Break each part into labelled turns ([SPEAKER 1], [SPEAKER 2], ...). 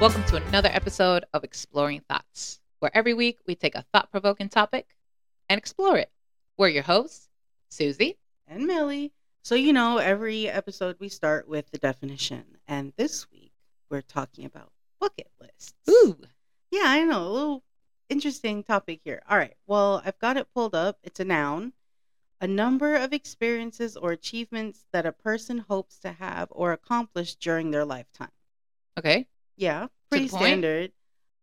[SPEAKER 1] Welcome to another episode of Exploring Thoughts, where every week we take a thought provoking topic and explore it. We're your hosts, Susie.
[SPEAKER 2] and Millie. So, you know, every episode we start with the definition. And this week we're talking about bucket lists.
[SPEAKER 1] Ooh.
[SPEAKER 2] Yeah, I know. A little interesting topic here. All right. Well, I've got it pulled up. It's a noun, a number of experiences or achievements that a person hopes to have or accomplish during their lifetime.
[SPEAKER 1] Okay.
[SPEAKER 2] Yeah, pretty
[SPEAKER 1] point.
[SPEAKER 2] standard.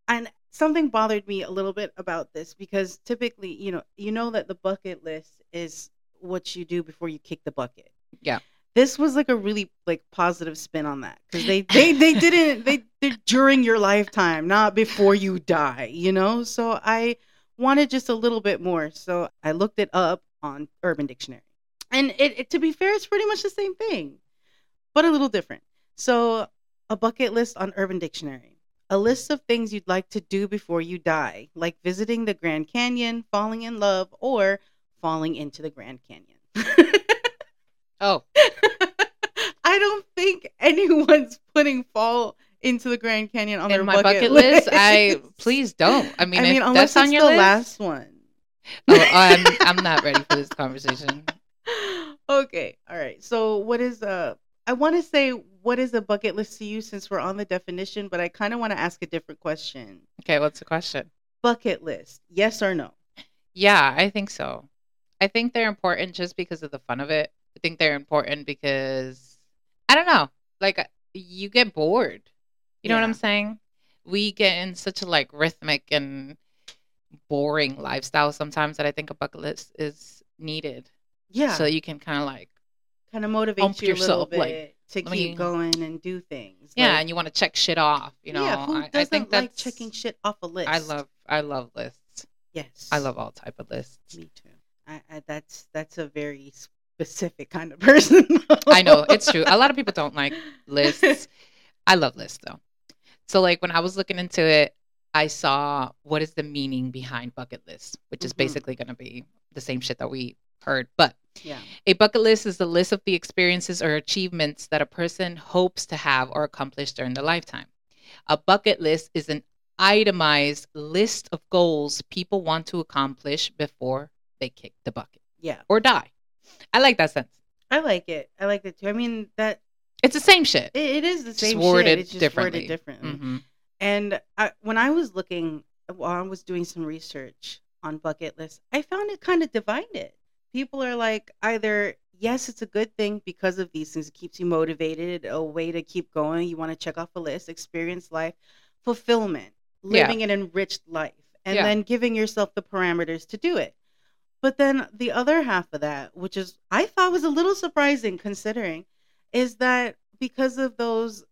[SPEAKER 2] And something bothered me a little bit about this because typically, you know, you know that the bucket list is what you do before you kick the bucket.
[SPEAKER 1] Yeah.
[SPEAKER 2] This was like a really like positive spin on that because they they they didn't they they're during your lifetime, not before you die, you know. So I wanted just a little bit more, so I looked it up on Urban Dictionary, and it, it to be fair, it's pretty much the same thing, but a little different. So a bucket list on Urban Dictionary. A list of things you'd like to do before you die, like visiting the Grand Canyon, falling in love, or falling into the Grand Canyon.
[SPEAKER 1] Oh,
[SPEAKER 2] I don't think anyone's putting fall into the Grand Canyon on
[SPEAKER 1] in
[SPEAKER 2] their
[SPEAKER 1] my bucket list, I please don't. I
[SPEAKER 2] I
[SPEAKER 1] mean,
[SPEAKER 2] mean,
[SPEAKER 1] if
[SPEAKER 2] unless
[SPEAKER 1] that's on
[SPEAKER 2] it's
[SPEAKER 1] your
[SPEAKER 2] the
[SPEAKER 1] list,
[SPEAKER 2] last one.
[SPEAKER 1] oh, I'm I'm not ready for this conversation.
[SPEAKER 2] okay, all right. So, what is a? I want to say what is a bucket list to you since we're on the definition, but I kind of want to ask a different question.
[SPEAKER 1] Okay, what's the question?
[SPEAKER 2] Bucket list, yes or no?
[SPEAKER 1] Yeah, I think so. I think they're important just because of the fun of it. I think they're important because I don't know, like uh, you get bored. You know what I'm
[SPEAKER 2] Yeah.
[SPEAKER 1] saying? We get in such a like rhythmic and boring lifestyle sometimes that I think a bucket list is needed.
[SPEAKER 2] Yeah,
[SPEAKER 1] So you can kind of like,
[SPEAKER 2] kind of motivates
[SPEAKER 1] pump
[SPEAKER 2] you
[SPEAKER 1] yourself,
[SPEAKER 2] a little
[SPEAKER 1] like,
[SPEAKER 2] bit to
[SPEAKER 1] let
[SPEAKER 2] keep
[SPEAKER 1] me-
[SPEAKER 2] going and do things.
[SPEAKER 1] yeah,
[SPEAKER 2] Like,
[SPEAKER 1] and you want to check shit off, you know.
[SPEAKER 2] yeah, who
[SPEAKER 1] I,
[SPEAKER 2] doesn't
[SPEAKER 1] I think that's
[SPEAKER 2] like checking shit off a list?
[SPEAKER 1] I love I love lists.
[SPEAKER 2] Yes,
[SPEAKER 1] I love all type of lists.
[SPEAKER 2] Me too. I, I that's that's a very specific kind of person. though.
[SPEAKER 1] I know, it's true. A lot of people don't like lists. I love lists though. So like when I was looking into it, I saw what is the meaning behind bucket list, which is
[SPEAKER 2] Mhm.
[SPEAKER 1] basically going to be the same shit that we heard. But
[SPEAKER 2] Yeah.
[SPEAKER 1] a bucket list is the list of the experiences or achievements that a person hopes to have or accomplish during their lifetime. A bucket list is an itemized list of goals people want to accomplish before they kick the bucket
[SPEAKER 2] Yeah.
[SPEAKER 1] or die. I like that sense.
[SPEAKER 2] I like it. I like it too. I mean that
[SPEAKER 1] It's the same shit.
[SPEAKER 2] it, it is the
[SPEAKER 1] Just
[SPEAKER 2] same
[SPEAKER 1] worded
[SPEAKER 2] shit. It's just
[SPEAKER 1] differently.
[SPEAKER 2] worded differently.
[SPEAKER 1] hmm
[SPEAKER 2] And I, when I was looking, while I was doing some research on bucket lists, I found it kind of divided. People are like, either yes, it's a good thing because of these things, it keeps you motivated, a way to keep going. You want to check off a list, experience life, fulfillment,
[SPEAKER 1] Yeah.
[SPEAKER 2] living an enriched life, and
[SPEAKER 1] Yeah.
[SPEAKER 2] then giving yourself the parameters to do it. But then the other half of that, which is I thought was a little surprising considering, is that because of those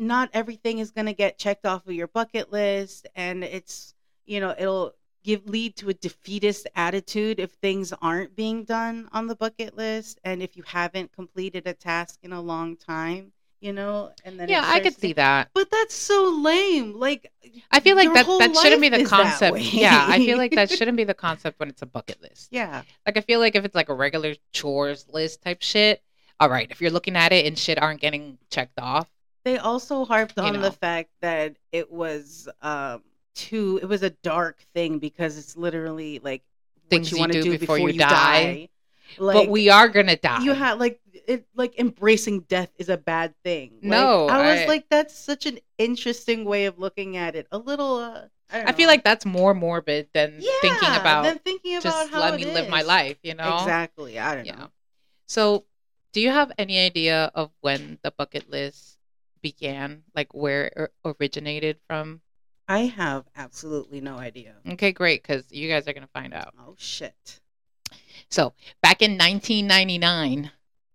[SPEAKER 2] not everything is going to get checked off of your bucket list and it's you know it'll give lead to a defeatist attitude if things aren't being done on the bucket list and if you haven't completed a task in a long time you know and then it
[SPEAKER 1] Yeah, I
[SPEAKER 2] starts
[SPEAKER 1] could
[SPEAKER 2] to-
[SPEAKER 1] see that.
[SPEAKER 2] but that's so lame like
[SPEAKER 1] I feel like
[SPEAKER 2] Your
[SPEAKER 1] that
[SPEAKER 2] whole
[SPEAKER 1] that shouldn't be
[SPEAKER 2] life
[SPEAKER 1] the
[SPEAKER 2] is that
[SPEAKER 1] concept.
[SPEAKER 2] way.
[SPEAKER 1] Yeah, I feel like that shouldn't be the concept when it's a bucket list.
[SPEAKER 2] yeah
[SPEAKER 1] Like I feel like if it's like a regular chores list type shit, all right, if you're looking at it and shit aren't getting checked off.
[SPEAKER 2] they also harped
[SPEAKER 1] You
[SPEAKER 2] on
[SPEAKER 1] know.
[SPEAKER 2] the fact that it was um too it was a dark thing because it's literally like
[SPEAKER 1] Things
[SPEAKER 2] what
[SPEAKER 1] you
[SPEAKER 2] you want to
[SPEAKER 1] do
[SPEAKER 2] do,
[SPEAKER 1] before
[SPEAKER 2] before,
[SPEAKER 1] you
[SPEAKER 2] you,
[SPEAKER 1] die.
[SPEAKER 2] die,
[SPEAKER 1] but we are going to die.
[SPEAKER 2] you had like it like embracing death is a bad thing Like,
[SPEAKER 1] No,
[SPEAKER 2] i was
[SPEAKER 1] I-
[SPEAKER 2] like that's such an interesting way of looking at it a little uh, I, don't
[SPEAKER 1] I feel
[SPEAKER 2] know.
[SPEAKER 1] like that's more morbid than thinking
[SPEAKER 2] Yeah,
[SPEAKER 1] about
[SPEAKER 2] than thinking about
[SPEAKER 1] just
[SPEAKER 2] how
[SPEAKER 1] let
[SPEAKER 2] it
[SPEAKER 1] me live my
[SPEAKER 2] is.
[SPEAKER 1] life, you know?
[SPEAKER 2] exactly i don't
[SPEAKER 1] Yeah.
[SPEAKER 2] know
[SPEAKER 1] So, do you have any idea of when the bucket list began, like where it originated from?
[SPEAKER 2] i have absolutely no idea
[SPEAKER 1] Okay, great, because you guys are going to find out.
[SPEAKER 2] oh shit
[SPEAKER 1] So, back in 1999,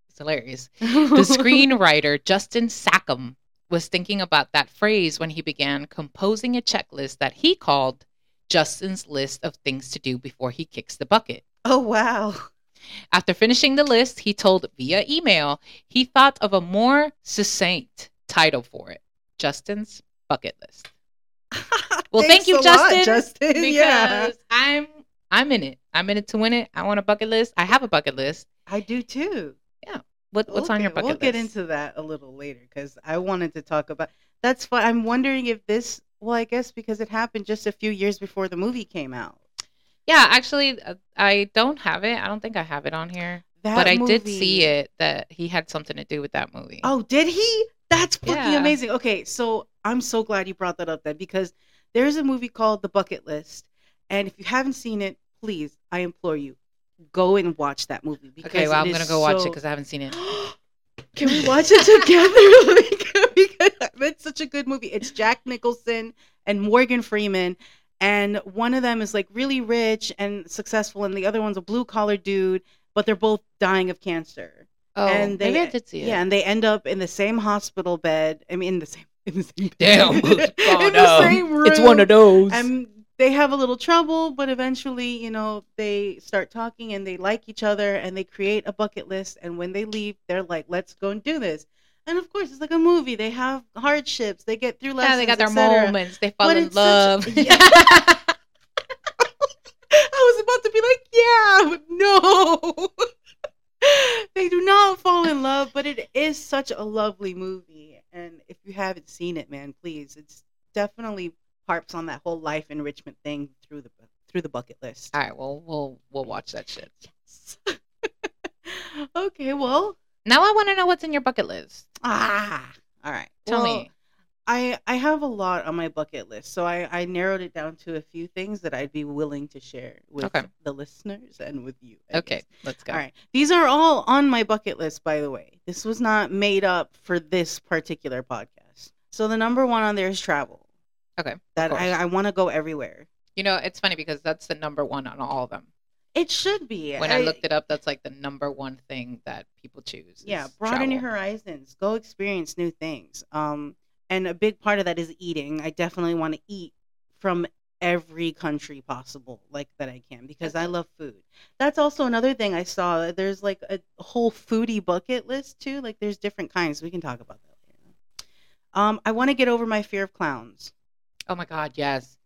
[SPEAKER 1] it's hilarious. The screenwriter Justin Sackham was thinking about that phrase when he began composing a checklist that he called Justin's list of things to do before he kicks the bucket.
[SPEAKER 2] oh wow
[SPEAKER 1] After finishing the list, he told via email he thought of a more succinct title for it Justin's Bucket List. Well, thank
[SPEAKER 2] Thanks
[SPEAKER 1] you,
[SPEAKER 2] a lot,
[SPEAKER 1] Justin,
[SPEAKER 2] justin
[SPEAKER 1] Because
[SPEAKER 2] yeah
[SPEAKER 1] I'm I'm in it. I'm in it to win it. I want a bucket list. I have a bucket list.
[SPEAKER 2] i do too
[SPEAKER 1] What, what's on your
[SPEAKER 2] Okay,
[SPEAKER 1] bucket
[SPEAKER 2] we'll
[SPEAKER 1] list?
[SPEAKER 2] get into that a little later because i wanted to talk about That's why I'm wondering if this. Well, I guess because it happened just a few years before the movie came out.
[SPEAKER 1] Yeah, actually, uh, I don't have it. I don't think I have it on here.
[SPEAKER 2] That
[SPEAKER 1] but I did
[SPEAKER 2] movie-
[SPEAKER 1] see it that he had something to do with that movie.
[SPEAKER 2] Oh, did he? That's fucking
[SPEAKER 1] Yeah.
[SPEAKER 2] amazing. Okay, so I'm so glad you brought that up then because there's a movie called The Bucket List. And if you haven't seen it, please, I implore you, go and watch that movie. Because
[SPEAKER 1] okay. Well,
[SPEAKER 2] it
[SPEAKER 1] I'm
[SPEAKER 2] is
[SPEAKER 1] gonna go watch it
[SPEAKER 2] so-
[SPEAKER 1] because I haven't seen it.
[SPEAKER 2] Can we watch it together? because it's such a good movie. It's Jack Nicholson and Morgan Freeman. And one of them is like really rich and successful, and the other one's a blue collar dude, but they're both dying of cancer.
[SPEAKER 1] Oh,
[SPEAKER 2] And they-
[SPEAKER 1] maybe I did see it.
[SPEAKER 2] Yeah, and they end up in the same hospital bed. I mean, in the same. In the same
[SPEAKER 1] Damn,
[SPEAKER 2] bed.
[SPEAKER 1] who's gone
[SPEAKER 2] in the
[SPEAKER 1] up?
[SPEAKER 2] same room.
[SPEAKER 1] it's one of those.
[SPEAKER 2] And they have a little trouble, but eventually, you know, they start talking and they like each other and they create a bucket list. And when they leave, they're like, "Let's go and do this." And of course, it's like a movie. They have hardships. They get through lessons.
[SPEAKER 1] yeah, they got their
[SPEAKER 2] et cetera.
[SPEAKER 1] moments. They fall
[SPEAKER 2] But
[SPEAKER 1] in
[SPEAKER 2] it's such-
[SPEAKER 1] love.
[SPEAKER 2] Yeah. I was about to be like, yeah, but no. they do not fall in love, but it is such a lovely movie. And if you haven't seen it, man, please, it's definitely harps on that whole life enrichment thing through the through the bucket list.
[SPEAKER 1] All right. Well, we'll we'll watch that shit.
[SPEAKER 2] okay, well,
[SPEAKER 1] Now I want to know what's in your bucket list.
[SPEAKER 2] ah, all right.
[SPEAKER 1] Tell
[SPEAKER 2] Well,
[SPEAKER 1] me.
[SPEAKER 2] I I have a lot on my bucket list, so I I narrowed it down to a few things that I'd be willing to share with
[SPEAKER 1] Okay.
[SPEAKER 2] the listeners and with you. I
[SPEAKER 1] Okay,
[SPEAKER 2] guess.
[SPEAKER 1] let's go.
[SPEAKER 2] All right. These are all on my bucket list, by the way. This was not made up for this particular podcast. So the number one on there is travel.
[SPEAKER 1] Okay, of
[SPEAKER 2] That I,
[SPEAKER 1] course.
[SPEAKER 2] I want to go everywhere.
[SPEAKER 1] You know, it's funny because that's the number one on all of them.
[SPEAKER 2] It should be.
[SPEAKER 1] When I, looked it up, that's like the number one thing that people choose. is
[SPEAKER 2] Yeah, broaden your
[SPEAKER 1] travel.
[SPEAKER 2] horizons. Go experience new things. Um, and a big part of that is eating. I definitely want to eat from every country possible, like that I can, because I love food. That's also another thing I saw. There's like a whole foodie bucket list too. Like there's different kinds. We can talk about that later. Um, I want to get over my fear of clowns.
[SPEAKER 1] Oh my god, yes.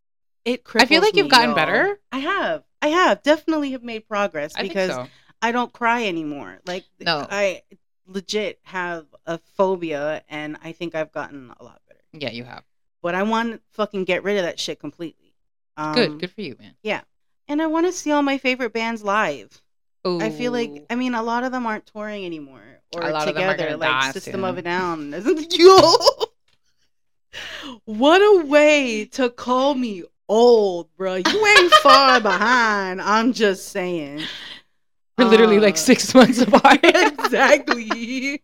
[SPEAKER 2] It cripples
[SPEAKER 1] I feel like you've
[SPEAKER 2] me,
[SPEAKER 1] gotten
[SPEAKER 2] y'all.
[SPEAKER 1] better.
[SPEAKER 2] I have. I have definitely have made progress
[SPEAKER 1] I
[SPEAKER 2] because
[SPEAKER 1] think so.
[SPEAKER 2] I don't cry anymore. Like
[SPEAKER 1] No.
[SPEAKER 2] I legit have a phobia and I think I've gotten a lot better.
[SPEAKER 1] Yeah, you have.
[SPEAKER 2] But I want to fucking get rid of that shit completely. Um,
[SPEAKER 1] good, good for you, man.
[SPEAKER 2] And I want to see all my favorite bands live.
[SPEAKER 1] Ooh.
[SPEAKER 2] I feel like I mean a lot of them aren't touring anymore or
[SPEAKER 1] A lot of them
[SPEAKER 2] together
[SPEAKER 1] are gonna
[SPEAKER 2] like
[SPEAKER 1] die
[SPEAKER 2] System of a
[SPEAKER 1] soon.
[SPEAKER 2] Down. Yo. What a way to call me old, bro. You ain't far behind. I'm just saying.
[SPEAKER 1] we're literally like
[SPEAKER 2] Uh,
[SPEAKER 1] six months apart.
[SPEAKER 2] exactly.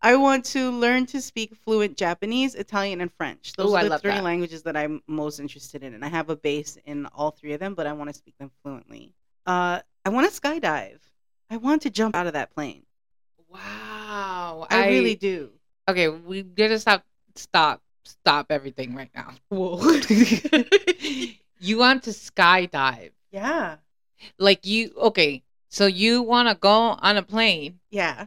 [SPEAKER 2] I want to learn to speak fluent Japanese, Italian, and French. Those
[SPEAKER 1] Ooh, I
[SPEAKER 2] are the
[SPEAKER 1] love
[SPEAKER 2] three
[SPEAKER 1] that.
[SPEAKER 2] languages that I'm most interested in, and I have a base in all three of them, but I want to speak them fluently. Uh, I want to skydive. I want to jump out of that plane.
[SPEAKER 1] wow.
[SPEAKER 2] I, really do.
[SPEAKER 1] Okay, we gotta stop stop stop everything right now.
[SPEAKER 2] Whoa.
[SPEAKER 1] you want to skydive.
[SPEAKER 2] yeah.
[SPEAKER 1] Like you okay, so you wanna go on a plane
[SPEAKER 2] Yeah.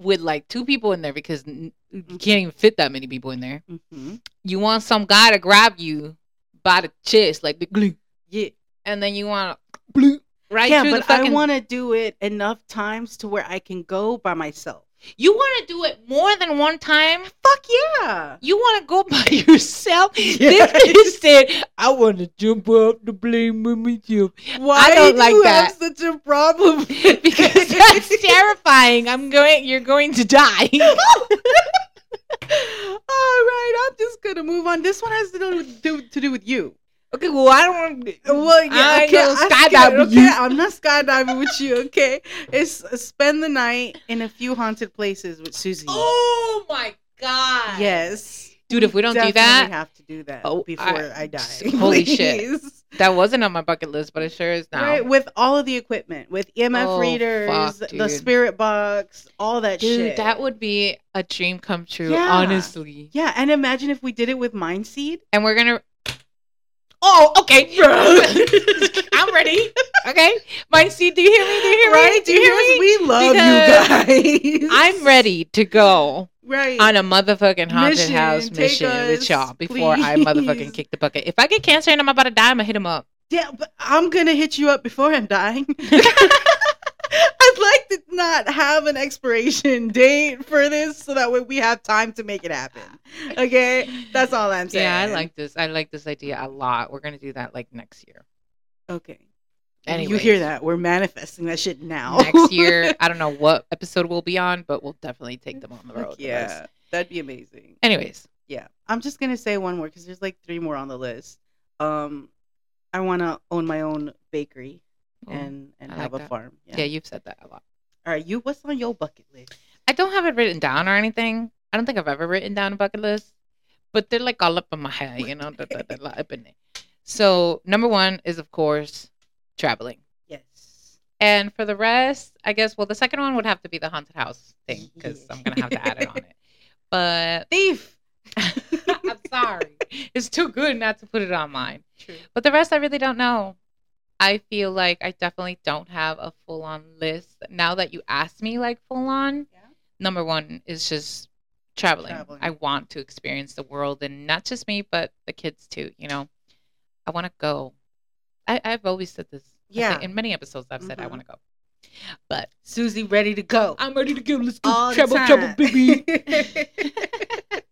[SPEAKER 1] with like two people in there because n- you
[SPEAKER 2] Mm-hmm.
[SPEAKER 1] can't even fit that many people in there.
[SPEAKER 2] hmm
[SPEAKER 1] You want some guy to grab you by the chest, like the glue,
[SPEAKER 2] Yeah.
[SPEAKER 1] and then you want to right
[SPEAKER 2] yeah,
[SPEAKER 1] through
[SPEAKER 2] but
[SPEAKER 1] the fucking.
[SPEAKER 2] I want to do it enough times to where I can go by myself.
[SPEAKER 1] you want to do it more than one time.
[SPEAKER 2] Fuck yeah.
[SPEAKER 1] You want to go by yourself. This bitch said, "I want to jump out the plane with myself
[SPEAKER 2] Why
[SPEAKER 1] don't
[SPEAKER 2] do
[SPEAKER 1] like
[SPEAKER 2] you
[SPEAKER 1] that.
[SPEAKER 2] have such a problem
[SPEAKER 1] because that's terrifying. I'm going. You're going to die."
[SPEAKER 2] All right, I'm just gonna move on. This one has to do with, do, to do with you.
[SPEAKER 1] okay, well, I don't.
[SPEAKER 2] Well, yeah,
[SPEAKER 1] I ain't
[SPEAKER 2] okay,
[SPEAKER 1] gonna
[SPEAKER 2] I
[SPEAKER 1] skydive
[SPEAKER 2] scared-
[SPEAKER 1] with
[SPEAKER 2] okay,
[SPEAKER 1] you.
[SPEAKER 2] I'm not skydiving with you. Okay, it's uh, spend the night in a few haunted places with Susie.
[SPEAKER 1] Oh my god.
[SPEAKER 2] yes,
[SPEAKER 1] Dude, if we don't do
[SPEAKER 2] definitely
[SPEAKER 1] that-
[SPEAKER 2] have to do that
[SPEAKER 1] Oh,
[SPEAKER 2] before
[SPEAKER 1] I-
[SPEAKER 2] I, die.
[SPEAKER 1] holy shit.
[SPEAKER 2] please.
[SPEAKER 1] That wasn't on my bucket list, but it sure is now.
[SPEAKER 2] Right, with all of the equipment, with EMF
[SPEAKER 1] Oh,
[SPEAKER 2] readers,
[SPEAKER 1] fuck,
[SPEAKER 2] the
[SPEAKER 1] dude.
[SPEAKER 2] spirit box, all that
[SPEAKER 1] Dude,
[SPEAKER 2] shit.
[SPEAKER 1] that would be a dream come true,
[SPEAKER 2] Yeah.
[SPEAKER 1] honestly.
[SPEAKER 2] yeah, and imagine if we did it with Mind Seed.
[SPEAKER 1] And we're gonna. Oh, okay. I'm ready. Okay, my seat. Do you hear me? Do you hear me?
[SPEAKER 2] right?
[SPEAKER 1] Do you hear
[SPEAKER 2] Because
[SPEAKER 1] me?
[SPEAKER 2] We love you guys.
[SPEAKER 1] I'm ready to go
[SPEAKER 2] Right.
[SPEAKER 1] on a motherfucking haunted
[SPEAKER 2] Mission,
[SPEAKER 1] house
[SPEAKER 2] take
[SPEAKER 1] mission with
[SPEAKER 2] us,
[SPEAKER 1] y'all before I motherfucking
[SPEAKER 2] please.
[SPEAKER 1] kick the bucket. If I get cancer and I'm about to die, I'm gonna hit him up.
[SPEAKER 2] yeah, but I'm gonna hit you up before I'm dying. I'd like to not not have an expiration date for this so that way we have time to make it happen? Okay, that's all I'm saying.
[SPEAKER 1] Yeah, I like this. I like this idea a lot. We're gonna do that like next year.
[SPEAKER 2] Okay.
[SPEAKER 1] Anyways,
[SPEAKER 2] You hear that? We're manifesting that shit now.
[SPEAKER 1] Next year, I don't know what episode we'll be on, but we'll definitely take them on the
[SPEAKER 2] Fuck
[SPEAKER 1] road. with us.
[SPEAKER 2] yeah, that'd be amazing.
[SPEAKER 1] Anyways,
[SPEAKER 2] yeah i'm just gonna say one more because there's like three more on the list um i want to own my own bakery and and
[SPEAKER 1] I
[SPEAKER 2] have
[SPEAKER 1] like
[SPEAKER 2] a
[SPEAKER 1] that.
[SPEAKER 2] farm yeah.
[SPEAKER 1] yeah, you've said that a lot.
[SPEAKER 2] all right you what's on your bucket list
[SPEAKER 1] I don't have it written down or anything. I don't think I've ever written down a bucket list, but they're like all up in my head, you know, da- da- da- da- up in there. So number one is of course traveling,
[SPEAKER 2] yes
[SPEAKER 1] and for the rest, I guess well the second one would have to be the haunted house thing because
[SPEAKER 2] Yeah.
[SPEAKER 1] I'm gonna have to add it on it. But
[SPEAKER 2] thief
[SPEAKER 1] I'm sorry, it's too good not to put it on mine.
[SPEAKER 2] True.
[SPEAKER 1] But the rest, I really don't know. I feel like I definitely don't have a full on list. Now that you asked me, like full on,
[SPEAKER 2] Yeah.
[SPEAKER 1] number one is just traveling.
[SPEAKER 2] Traveling.
[SPEAKER 1] I want to experience the world and not just me, but the kids too. You know, I want to go. I, I've always said this. I think
[SPEAKER 2] Yeah.
[SPEAKER 1] In many episodes, I've said I
[SPEAKER 2] Mhm.
[SPEAKER 1] want to go. But
[SPEAKER 2] susie ready to go
[SPEAKER 1] I'm ready to go. Let's go.
[SPEAKER 2] all
[SPEAKER 1] travel,
[SPEAKER 2] the
[SPEAKER 1] travel,
[SPEAKER 2] time.
[SPEAKER 1] baby.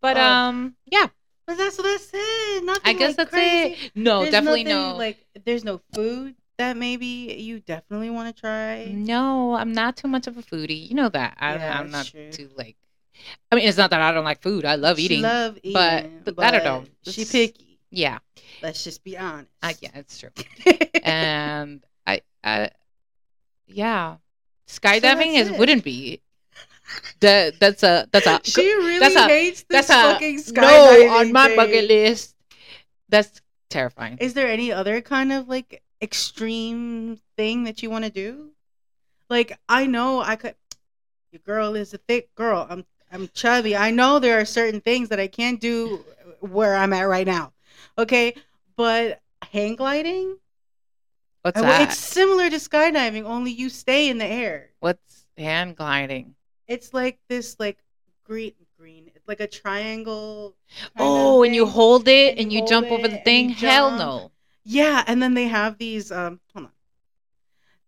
[SPEAKER 1] but,
[SPEAKER 2] Oh.
[SPEAKER 1] um, yeah,
[SPEAKER 2] but that's what that's it nothing
[SPEAKER 1] I guess that's
[SPEAKER 2] like crazy.
[SPEAKER 1] it. No,
[SPEAKER 2] There's
[SPEAKER 1] definitely
[SPEAKER 2] nothing,
[SPEAKER 1] no.
[SPEAKER 2] like there's no food that maybe you definitely want to try
[SPEAKER 1] No, I'm not too much of a foodie. You know that. I,
[SPEAKER 2] Yeah,
[SPEAKER 1] I'm not
[SPEAKER 2] that's true.
[SPEAKER 1] too like. I mean, it's not that I don't like food. I love
[SPEAKER 2] She
[SPEAKER 1] eating.
[SPEAKER 2] love eating
[SPEAKER 1] but- but I don't know.
[SPEAKER 2] she
[SPEAKER 1] It's-
[SPEAKER 2] picky
[SPEAKER 1] yeah,
[SPEAKER 2] let's just be honest
[SPEAKER 1] I, yeah, it's true. And I, I, yeah,
[SPEAKER 2] that's
[SPEAKER 1] skydiving is
[SPEAKER 2] it.
[SPEAKER 1] wouldn't be. That that's a that's a
[SPEAKER 2] she really
[SPEAKER 1] that's a-
[SPEAKER 2] hates this
[SPEAKER 1] that's a
[SPEAKER 2] fucking skydiving.
[SPEAKER 1] no on my
[SPEAKER 2] thing.
[SPEAKER 1] bucket list. That's terrifying.
[SPEAKER 2] Is there any other kind of like extreme thing that you want to do? Like I know I could. Your girl is a thick girl. I'm I'm chubby. I know there are certain things that I can't do where I'm at right now. Okay, but hang gliding.
[SPEAKER 1] What's
[SPEAKER 2] I-
[SPEAKER 1] that?
[SPEAKER 2] oh, It's similar to skydiving, only you stay in the air.
[SPEAKER 1] What's hand gliding?
[SPEAKER 2] It's like this like green green. It's like a triangle. kind of
[SPEAKER 1] Oh, and you
[SPEAKER 2] thing.
[SPEAKER 1] hold it
[SPEAKER 2] and
[SPEAKER 1] and
[SPEAKER 2] you
[SPEAKER 1] you
[SPEAKER 2] hold
[SPEAKER 1] jump over
[SPEAKER 2] it
[SPEAKER 1] the
[SPEAKER 2] and
[SPEAKER 1] thing.
[SPEAKER 2] you
[SPEAKER 1] Hell
[SPEAKER 2] jump.
[SPEAKER 1] no.
[SPEAKER 2] Yeah, and then they have these um hold on.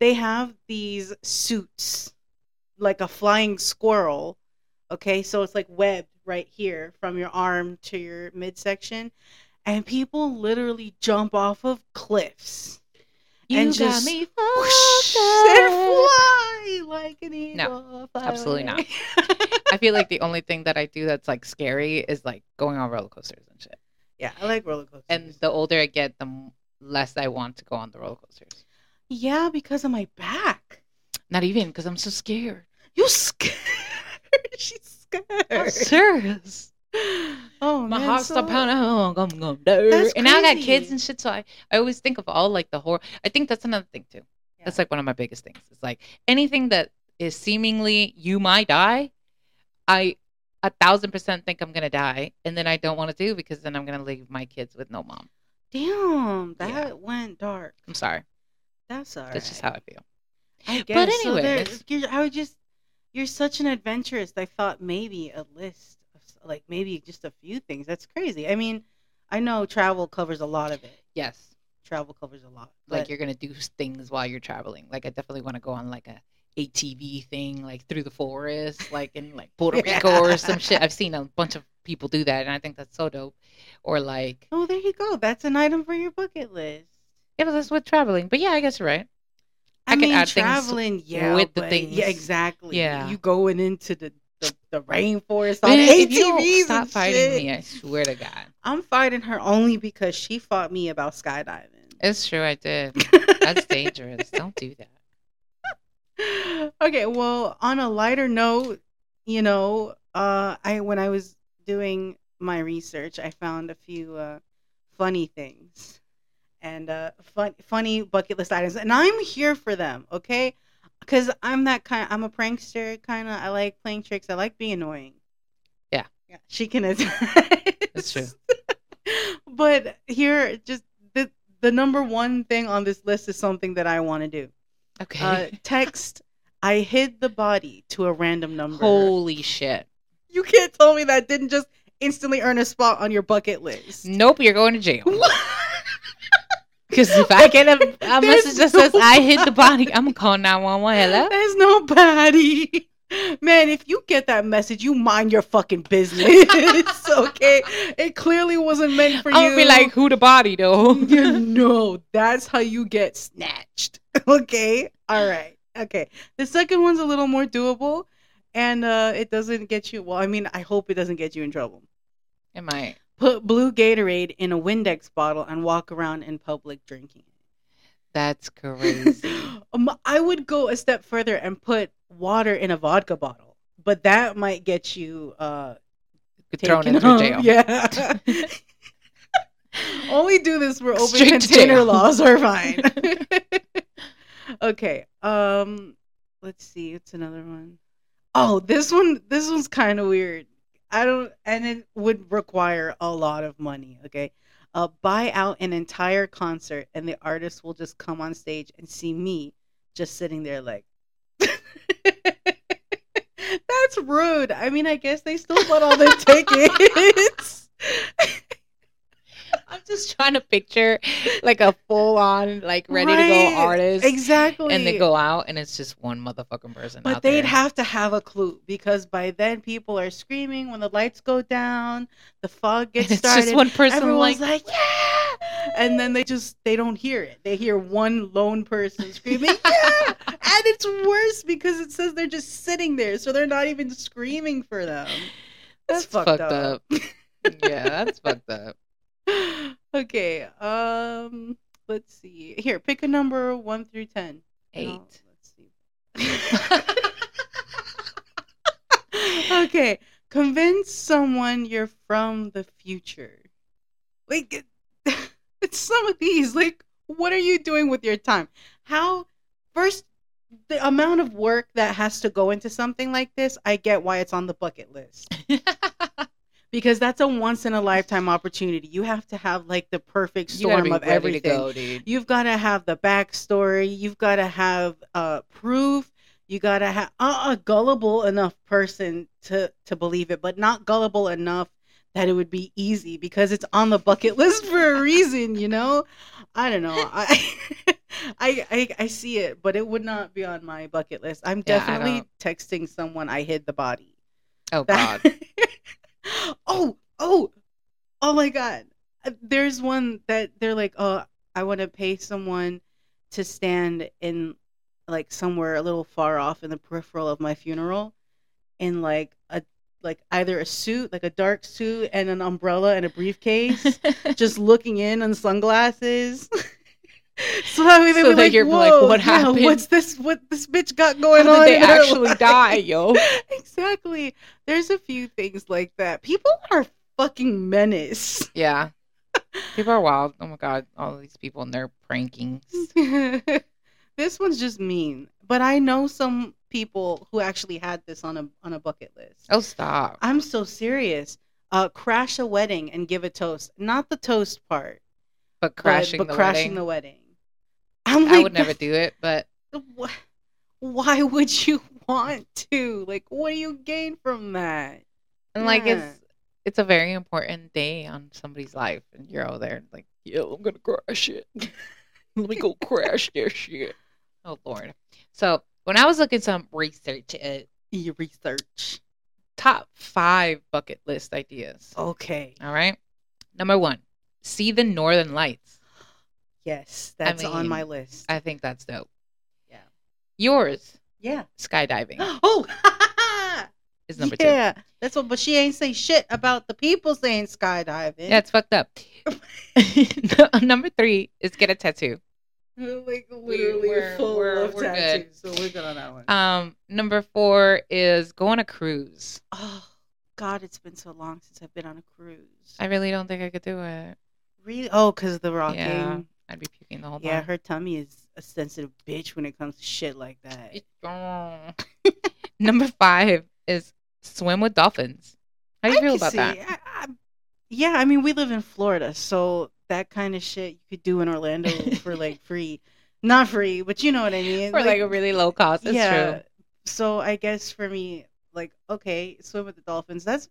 [SPEAKER 2] They have these suits like a flying squirrel. Okay, so it's like webbed right here from your arm to your midsection. And people literally jump off of cliffs.
[SPEAKER 1] You
[SPEAKER 2] And
[SPEAKER 1] got
[SPEAKER 2] just
[SPEAKER 1] me
[SPEAKER 2] Whoosh,
[SPEAKER 1] fucked
[SPEAKER 2] and
[SPEAKER 1] up.
[SPEAKER 2] fly like an eagle. fly
[SPEAKER 1] absolutely
[SPEAKER 2] away.
[SPEAKER 1] I feel like the only thing that I do that's like scary is like going on roller coasters and shit.
[SPEAKER 2] yeah, I like roller coasters.
[SPEAKER 1] And the older I get, the m- less I want to go on the roller coasters.
[SPEAKER 2] yeah, because of my back.
[SPEAKER 1] Not even because I'm so scared.
[SPEAKER 2] You scared. She's
[SPEAKER 1] I'm
[SPEAKER 2] scared.
[SPEAKER 1] serious.
[SPEAKER 2] Oh,
[SPEAKER 1] My
[SPEAKER 2] man,
[SPEAKER 1] heart
[SPEAKER 2] so-
[SPEAKER 1] stopped pounding. Oh, I'm gonna die.
[SPEAKER 2] That's
[SPEAKER 1] And now I got kids
[SPEAKER 2] crazy.
[SPEAKER 1] and shit, so I, I always think of all like the horror. I think that's another thing too. That's
[SPEAKER 2] Yeah.
[SPEAKER 1] like one of my biggest things. It's like anything that is seemingly you might die, I a thousand percent think I'm gonna die, and then I don't want to do because then I'm gonna leave my kids with no mom.
[SPEAKER 2] Damn, that
[SPEAKER 1] Yeah.
[SPEAKER 2] went dark.
[SPEAKER 1] I'm sorry.
[SPEAKER 2] That's all right.
[SPEAKER 1] That's just how I feel.
[SPEAKER 2] I guess.
[SPEAKER 1] But
[SPEAKER 2] So there-
[SPEAKER 1] anyways.
[SPEAKER 2] you're, I would just, you're such an adventurist. I thought maybe a list of s- like maybe just a few things. That's crazy. I mean, I know travel covers a lot of it.
[SPEAKER 1] Yes.
[SPEAKER 2] Travel covers a lot.
[SPEAKER 1] Like
[SPEAKER 2] but-
[SPEAKER 1] you're gonna do s- things while you're traveling. Like I definitely want to go on like a ATV thing, like through the forest, like in like Puerto
[SPEAKER 2] Yeah.
[SPEAKER 1] Rico or some shit. I've seen a bunch of people do that, and I think that's so dope. Or like,
[SPEAKER 2] oh, there you go. That's an item for your bucket list.
[SPEAKER 1] yeah, but that's with traveling. But yeah, I guess you're right. I
[SPEAKER 2] I,
[SPEAKER 1] could
[SPEAKER 2] mean,
[SPEAKER 1] add things
[SPEAKER 2] traveling, yeah,
[SPEAKER 1] with the
[SPEAKER 2] but-
[SPEAKER 1] things.
[SPEAKER 2] Yeah, exactly.
[SPEAKER 1] Yeah.
[SPEAKER 2] you going into the the, the rainforest on
[SPEAKER 1] Man, if you don't
[SPEAKER 2] ATVs
[SPEAKER 1] stop
[SPEAKER 2] and
[SPEAKER 1] fighting
[SPEAKER 2] shit.
[SPEAKER 1] me, I swear to God.
[SPEAKER 2] I'm fighting her only because she fought me about skydiving.
[SPEAKER 1] It's true, I did. That's dangerous. Don't do that.
[SPEAKER 2] okay, well, on a lighter note, you know, uh, I when I was doing my research, I found a few uh, funny things and uh, fun, funny bucket list items, and I'm here for them. Okay, because I'm that kind. I'm a prankster, kind of. I like playing tricks. I like being annoying.
[SPEAKER 1] Yeah.
[SPEAKER 2] yeah. She can.
[SPEAKER 1] That's
[SPEAKER 2] That's
[SPEAKER 1] true.
[SPEAKER 2] but here, just the the number one thing on this list is something that I want to do
[SPEAKER 1] Okay.
[SPEAKER 2] uh, text I hid the body to a random number.
[SPEAKER 1] Holy shit.
[SPEAKER 2] You can't tell me that didn't just instantly earn a spot on your bucket list.
[SPEAKER 1] Nope, you're going to jail.
[SPEAKER 2] What?
[SPEAKER 1] Because if I get a, a message that says I hit the body, I'm calling 911. Hello?
[SPEAKER 2] There's nobody. Man, if you get that message, you mind your fucking business. okay? It clearly wasn't meant for
[SPEAKER 1] I'm
[SPEAKER 2] you.
[SPEAKER 1] gonna be like, "Oh." who the body though?
[SPEAKER 2] You know, that's how you get snatched. Okay? All right. Okay. The second one's a little more doable and uh it doesn't get you well, I mean, I hope it doesn't get you in trouble.
[SPEAKER 1] Am I?
[SPEAKER 2] Put blue Gatorade in a Windex bottle and walk around in public drinking.
[SPEAKER 1] That's crazy.
[SPEAKER 2] um, I would go a step further and put water in a vodka bottle, but that might get you uh,
[SPEAKER 1] Thrown
[SPEAKER 2] taken
[SPEAKER 1] into
[SPEAKER 2] home.
[SPEAKER 1] jail.
[SPEAKER 2] Yeah. Only do this where open
[SPEAKER 1] Straight to
[SPEAKER 2] container
[SPEAKER 1] jail.
[SPEAKER 2] laws are fine. okay. Um, let's see. It's another one. Oh, this one. This one's kind of weird. I don't, and it would require a lot of money. Okay. Uh, buy out an entire concert, and the artist will just come on stage and see me just sitting there like. That's rude. I mean, I guess they still bought all their tickets.
[SPEAKER 1] I'm just trying to picture like a full on, like ready to
[SPEAKER 2] Right,
[SPEAKER 1] go artist.
[SPEAKER 2] Exactly.
[SPEAKER 1] And they go out and it's just one motherfucking person.
[SPEAKER 2] But
[SPEAKER 1] out
[SPEAKER 2] they'd
[SPEAKER 1] there.
[SPEAKER 2] have to have a clue because by then people are screaming when the lights go down, the fog
[SPEAKER 1] And
[SPEAKER 2] gets
[SPEAKER 1] it's
[SPEAKER 2] started.
[SPEAKER 1] just one person
[SPEAKER 2] Everyone's
[SPEAKER 1] like,
[SPEAKER 2] like, yeah, and then they just they don't hear it. They hear one lone person screaming, yeah, and it's worse because it says they're just sitting there, so they're not even screaming for them.
[SPEAKER 1] that's fucked up. yeah, that's fucked up.
[SPEAKER 2] okay, um, let's see. Here, pick a number one through ten.
[SPEAKER 1] Eight.
[SPEAKER 2] No, let's see. okay. Convince someone you're from the future. Like, it's some of these. Like, what are you doing with your time? How, first, the amount of work that has to go into something like this, I get why it's on the bucket list because that's a once in a lifetime opportunity. You have to have like the perfect
[SPEAKER 1] you gotta
[SPEAKER 2] storm
[SPEAKER 1] be
[SPEAKER 2] of
[SPEAKER 1] ready
[SPEAKER 2] everything.
[SPEAKER 1] to go, dude.
[SPEAKER 2] You've got to have the backstory. You've got to have uh, proof. You got to have uh, a gullible enough person to to believe it, but not gullible enough that it would be easy because it's on the bucket list for a reason. You know, I don't know. I I, I I see it, but it would not be on my bucket list. I'm
[SPEAKER 1] Yeah, I
[SPEAKER 2] definitely texting someone I hid the body.
[SPEAKER 1] Oh god.
[SPEAKER 2] That- oh, oh, oh my god. Uh, There's one that they're like, oh, I want to pay someone to stand in like somewhere a little far off in the peripheral of my funeral in like a like either a suit, like a dark suit and an umbrella and a briefcase, just looking in on sunglasses. So that way they
[SPEAKER 1] So
[SPEAKER 2] be
[SPEAKER 1] that
[SPEAKER 2] like,
[SPEAKER 1] you're like,
[SPEAKER 2] "Whoa,
[SPEAKER 1] what
[SPEAKER 2] yeah,
[SPEAKER 1] happened?
[SPEAKER 2] What's this? What this bitch got
[SPEAKER 1] How
[SPEAKER 2] going
[SPEAKER 1] did
[SPEAKER 2] on?
[SPEAKER 1] they
[SPEAKER 2] in her
[SPEAKER 1] actually
[SPEAKER 2] life?"
[SPEAKER 1] die, yo?
[SPEAKER 2] exactly. There's a few things like that. People are fucking menace.
[SPEAKER 1] Yeah. People are wild. Oh my god, all these people and their prankings.
[SPEAKER 2] this one's just mean. But I know some people who actually had this on a on a bucket list.
[SPEAKER 1] Oh stop.
[SPEAKER 2] I'm so serious. Uh, crash a wedding and give a toast. Not the toast part,
[SPEAKER 1] But
[SPEAKER 2] but-
[SPEAKER 1] crashing
[SPEAKER 2] but,
[SPEAKER 1] the
[SPEAKER 2] crashing
[SPEAKER 1] wedding.
[SPEAKER 2] the wedding. I'm
[SPEAKER 1] I
[SPEAKER 2] like,
[SPEAKER 1] would never do it, but
[SPEAKER 2] wh- Why would you want to? Like, what do you gain from that?
[SPEAKER 1] and like
[SPEAKER 2] Yeah.
[SPEAKER 1] it's it's a very important day on somebody's life and you're all there like, yo, I'm gonna crash it. Let me go crash their shit. Oh Lord. So when I was looking some research at
[SPEAKER 2] You research.
[SPEAKER 1] top five bucket list ideas.
[SPEAKER 2] Okay.
[SPEAKER 1] All right. Number one, see the northern lights.
[SPEAKER 2] Yes, that's on
[SPEAKER 1] mean,
[SPEAKER 2] my list.
[SPEAKER 1] I think that's dope.
[SPEAKER 2] Yeah.
[SPEAKER 1] Yours,
[SPEAKER 2] yeah.
[SPEAKER 1] skydiving
[SPEAKER 2] Oh.
[SPEAKER 1] is number two.
[SPEAKER 2] yeah. That's what. But she ain't say shit about the people saying skydiving.
[SPEAKER 1] Yeah, it's fucked up. Number three is get a tattoo.
[SPEAKER 2] like literally
[SPEAKER 1] literally we're-
[SPEAKER 2] full
[SPEAKER 1] full we're-
[SPEAKER 2] of
[SPEAKER 1] of we're good.
[SPEAKER 2] tattoos.
[SPEAKER 1] tattoos,
[SPEAKER 2] So we're good on that one.
[SPEAKER 1] Um, number four is go on a cruise.
[SPEAKER 2] oh God, it's been so long since I've been on a cruise.
[SPEAKER 1] I really don't think I could do it.
[SPEAKER 2] really? Oh, cause the rocking. Yeah.
[SPEAKER 1] Yeah. I'd be puking the whole time.
[SPEAKER 2] her tummy is a sensitive bitch when it comes to shit like that.
[SPEAKER 1] It's- Number five is swim with dolphins. How do you
[SPEAKER 2] I
[SPEAKER 1] feel
[SPEAKER 2] can
[SPEAKER 1] about
[SPEAKER 2] see.
[SPEAKER 1] that?
[SPEAKER 2] I, I, yeah, I mean, we live in Florida, so that kind of shit you could do in Orlando for like free, not free, but you know what I mean.
[SPEAKER 1] For like a really low cost. It's true.
[SPEAKER 2] So I guess for me, like, okay, swim with the dolphins. That's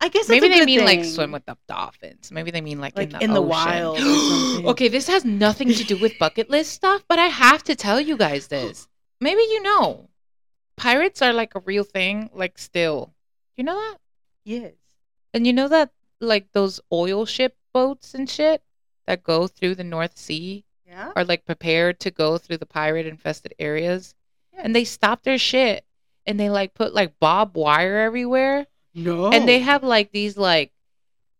[SPEAKER 2] I guess
[SPEAKER 1] Maybe
[SPEAKER 2] it's a
[SPEAKER 1] they
[SPEAKER 2] good
[SPEAKER 1] mean like
[SPEAKER 2] thing.
[SPEAKER 1] swim with the dolphins. Maybe they mean like, in
[SPEAKER 2] Like,
[SPEAKER 1] the,
[SPEAKER 2] in the
[SPEAKER 1] ocean.
[SPEAKER 2] wild or something.
[SPEAKER 1] okay, this has nothing to do with bucket list stuff, but I have to tell you guys this. Maybe you know, pirates are like a real thing. Like still, you know that,
[SPEAKER 2] Yes.
[SPEAKER 1] and you know that like those oil ship boats and shit that go through the North Sea
[SPEAKER 2] Yeah.
[SPEAKER 1] are like prepared to go through the pirate infested areas, and they stop their shit and they like put like barbed wire everywhere
[SPEAKER 2] No.
[SPEAKER 1] and they have like these like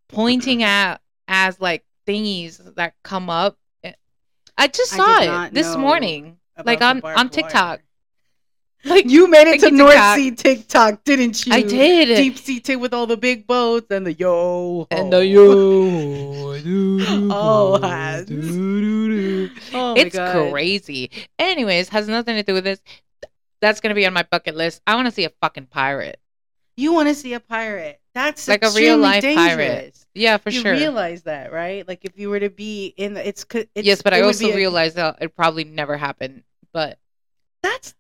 [SPEAKER 1] pointing at as like thingies that come up. Eh, I just
[SPEAKER 2] I
[SPEAKER 1] saw
[SPEAKER 2] did
[SPEAKER 1] it
[SPEAKER 2] not
[SPEAKER 1] this
[SPEAKER 2] know
[SPEAKER 1] morning,
[SPEAKER 2] About
[SPEAKER 1] like
[SPEAKER 2] the
[SPEAKER 1] on
[SPEAKER 2] barbed
[SPEAKER 1] on TikTok.
[SPEAKER 2] wire.
[SPEAKER 1] Like
[SPEAKER 2] You made
[SPEAKER 1] Thank
[SPEAKER 2] it to
[SPEAKER 1] you,
[SPEAKER 2] North
[SPEAKER 1] TikTok.
[SPEAKER 2] Sea TikTok, didn't you?
[SPEAKER 1] I did,
[SPEAKER 2] Deep Oh. sea tick with all the big boats and the yo.
[SPEAKER 1] and the yo.
[SPEAKER 2] Oh, Hans. Oh my
[SPEAKER 1] it's
[SPEAKER 2] God.
[SPEAKER 1] crazy. Anyways, has nothing to do with this. That's gonna be on my bucket list. I want to see a fucking pirate.
[SPEAKER 2] You want to see a pirate? That's
[SPEAKER 1] Like a
[SPEAKER 2] extremely
[SPEAKER 1] real-life
[SPEAKER 2] dangerous.
[SPEAKER 1] pirate, Yeah, for
[SPEAKER 2] you
[SPEAKER 1] sure.
[SPEAKER 2] realize that, right? Like if you were to be in the, it's, co- it's
[SPEAKER 1] yes, but
[SPEAKER 2] it
[SPEAKER 1] I
[SPEAKER 2] would
[SPEAKER 1] also
[SPEAKER 2] be a-
[SPEAKER 1] realized that it probably never happened. But
[SPEAKER 2] that's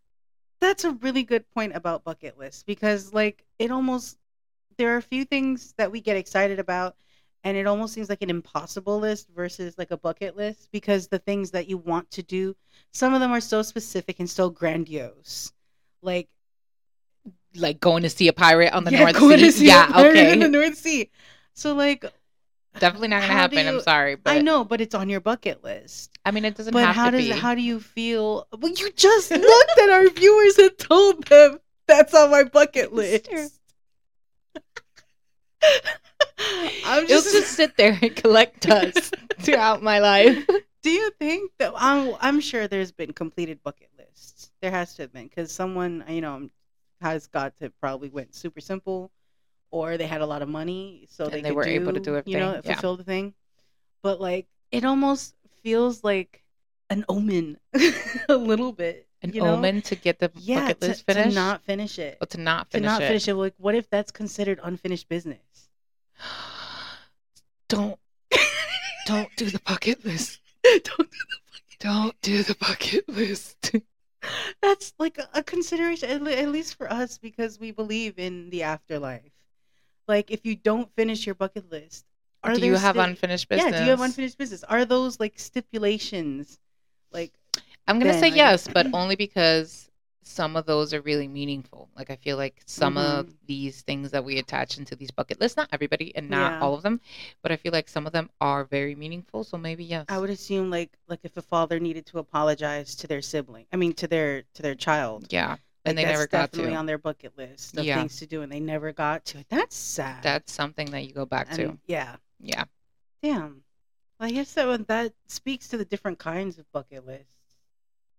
[SPEAKER 2] that's a really good point about bucket lists because like it almost there are a few things that we get excited about and it almost seems like an impossible list versus like a bucket list because the things that you want to do some of them are so specific and so grandiose like
[SPEAKER 1] like going to see a pirate on the
[SPEAKER 2] yeah,
[SPEAKER 1] North
[SPEAKER 2] going
[SPEAKER 1] Sea.
[SPEAKER 2] to see a
[SPEAKER 1] yeah,
[SPEAKER 2] pirate
[SPEAKER 1] okay.
[SPEAKER 2] in the north sea so like
[SPEAKER 1] Definitely not gonna
[SPEAKER 2] How do
[SPEAKER 1] happen. I'm
[SPEAKER 2] you-
[SPEAKER 1] sorry, but
[SPEAKER 2] i know but it's on your bucket list
[SPEAKER 1] I mean it doesn't
[SPEAKER 2] but
[SPEAKER 1] have
[SPEAKER 2] how
[SPEAKER 1] to
[SPEAKER 2] does
[SPEAKER 1] be.
[SPEAKER 2] how do you feel? Well, you just looked at our viewers and told them that's on my bucket list.
[SPEAKER 1] It's true.
[SPEAKER 2] I'm
[SPEAKER 1] It'll
[SPEAKER 2] just,
[SPEAKER 1] just sit there and collect dust throughout my life.
[SPEAKER 2] Do you think that I'm, I'm sure there's been completed bucket lists. There has to have been because someone you know has got to probably went super simple, or they had a lot of money, so
[SPEAKER 1] And
[SPEAKER 2] they,
[SPEAKER 1] they
[SPEAKER 2] could
[SPEAKER 1] were able to do
[SPEAKER 2] You know,
[SPEAKER 1] everything, yeah.
[SPEAKER 2] fulfill the thing. But like, it almost feels like an omen, a little bit.
[SPEAKER 1] An
[SPEAKER 2] you know?
[SPEAKER 1] omen to get the
[SPEAKER 2] yeah,
[SPEAKER 1] bucket
[SPEAKER 2] to-
[SPEAKER 1] list
[SPEAKER 2] to,
[SPEAKER 1] finished.
[SPEAKER 2] not finish it.
[SPEAKER 1] or to not
[SPEAKER 2] to
[SPEAKER 1] finish
[SPEAKER 2] not
[SPEAKER 1] it.
[SPEAKER 2] finish it. Like, what if that's considered unfinished business?
[SPEAKER 1] Don't don't do the bucket list.
[SPEAKER 2] Don't-
[SPEAKER 1] Don't do the bucket list.
[SPEAKER 2] that's like a, a consideration, at, le- at least for us, because we believe in the afterlife. Like, if you don't finish your bucket list, are
[SPEAKER 1] do
[SPEAKER 2] there
[SPEAKER 1] you have
[SPEAKER 2] sti-
[SPEAKER 1] unfinished business?
[SPEAKER 2] Yeah, do you have unfinished business? Are those like stipulations? Like,
[SPEAKER 1] I'm gonna
[SPEAKER 2] then,
[SPEAKER 1] say
[SPEAKER 2] I
[SPEAKER 1] yes,
[SPEAKER 2] guess.
[SPEAKER 1] but only because some of those are really meaningful. Like I feel like some of
[SPEAKER 2] Mm-hmm.
[SPEAKER 1] these things that we attach into these bucket lists, not everybody and not
[SPEAKER 2] Yeah.
[SPEAKER 1] all of them, but I feel like some of them are very meaningful. So maybe yes.
[SPEAKER 2] I would assume, like, like if a father needed to apologize to their sibling, I mean, to their to their child,
[SPEAKER 1] Yeah. And
[SPEAKER 2] like,
[SPEAKER 1] they
[SPEAKER 2] that's
[SPEAKER 1] never got
[SPEAKER 2] definitely
[SPEAKER 1] to.
[SPEAKER 2] on their bucket list of
[SPEAKER 1] Yeah.
[SPEAKER 2] things to do, and they never got to it. That's sad.
[SPEAKER 1] That's something that you go back
[SPEAKER 2] and,
[SPEAKER 1] to.
[SPEAKER 2] Yeah.
[SPEAKER 1] Yeah.
[SPEAKER 2] Damn. Well, I guess that one, that speaks to the different kinds of bucket lists.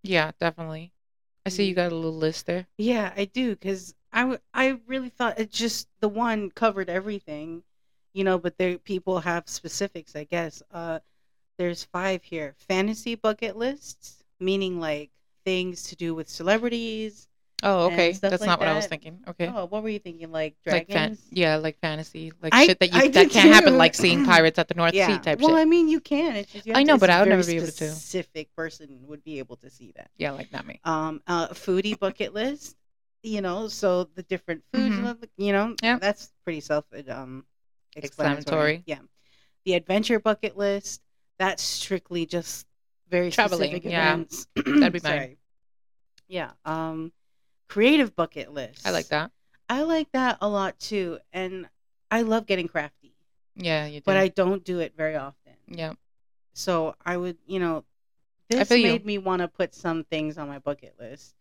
[SPEAKER 1] Yeah, definitely. I see you
[SPEAKER 2] Mm.
[SPEAKER 1] got a little list there.
[SPEAKER 2] Yeah, I do because I w- I really thought it just the one covered everything, you know. But there people have specifics, I guess. Uh, there's five here: fantasy bucket lists, meaning like things to do with celebrities.
[SPEAKER 1] Oh,
[SPEAKER 2] And
[SPEAKER 1] okay.
[SPEAKER 2] stuff
[SPEAKER 1] That's
[SPEAKER 2] like
[SPEAKER 1] not what I was
[SPEAKER 2] that.
[SPEAKER 1] thinking. Okay.
[SPEAKER 2] Oh, what were you thinking? Like
[SPEAKER 1] like
[SPEAKER 2] dragons?
[SPEAKER 1] fan- yeah, like fantasy, like
[SPEAKER 2] I-
[SPEAKER 1] shit that you
[SPEAKER 2] I
[SPEAKER 1] that
[SPEAKER 2] did
[SPEAKER 1] can't happen,
[SPEAKER 2] too.
[SPEAKER 1] like seeing pirates at the North Sea type
[SPEAKER 2] well,
[SPEAKER 1] shit.
[SPEAKER 2] I mean, you can. It's just you
[SPEAKER 1] I
[SPEAKER 2] have
[SPEAKER 1] know,
[SPEAKER 2] to,
[SPEAKER 1] but
[SPEAKER 2] it's
[SPEAKER 1] I would
[SPEAKER 2] very
[SPEAKER 1] never be able to.
[SPEAKER 2] Specific person would be able to see that.
[SPEAKER 1] yeah, like not me.
[SPEAKER 2] um uh foodie bucket list you know so the different foods
[SPEAKER 1] Mhm.
[SPEAKER 2] you know
[SPEAKER 1] Yep.
[SPEAKER 2] that's pretty self um
[SPEAKER 1] Explanatory.
[SPEAKER 2] explanatory yeah the adventure bucket list that's strictly just very
[SPEAKER 1] Traveling,
[SPEAKER 2] specific
[SPEAKER 1] yeah.
[SPEAKER 2] events
[SPEAKER 1] That'd be mine.
[SPEAKER 2] Sorry. yeah um creative bucket list
[SPEAKER 1] I like that.
[SPEAKER 2] i like that a lot too and i love getting crafty
[SPEAKER 1] Yeah, you do.
[SPEAKER 2] but i don't do it very often
[SPEAKER 1] yeah.
[SPEAKER 2] so I would, you know,
[SPEAKER 1] I
[SPEAKER 2] this
[SPEAKER 1] feel you.
[SPEAKER 2] made me want to put some things on my bucket list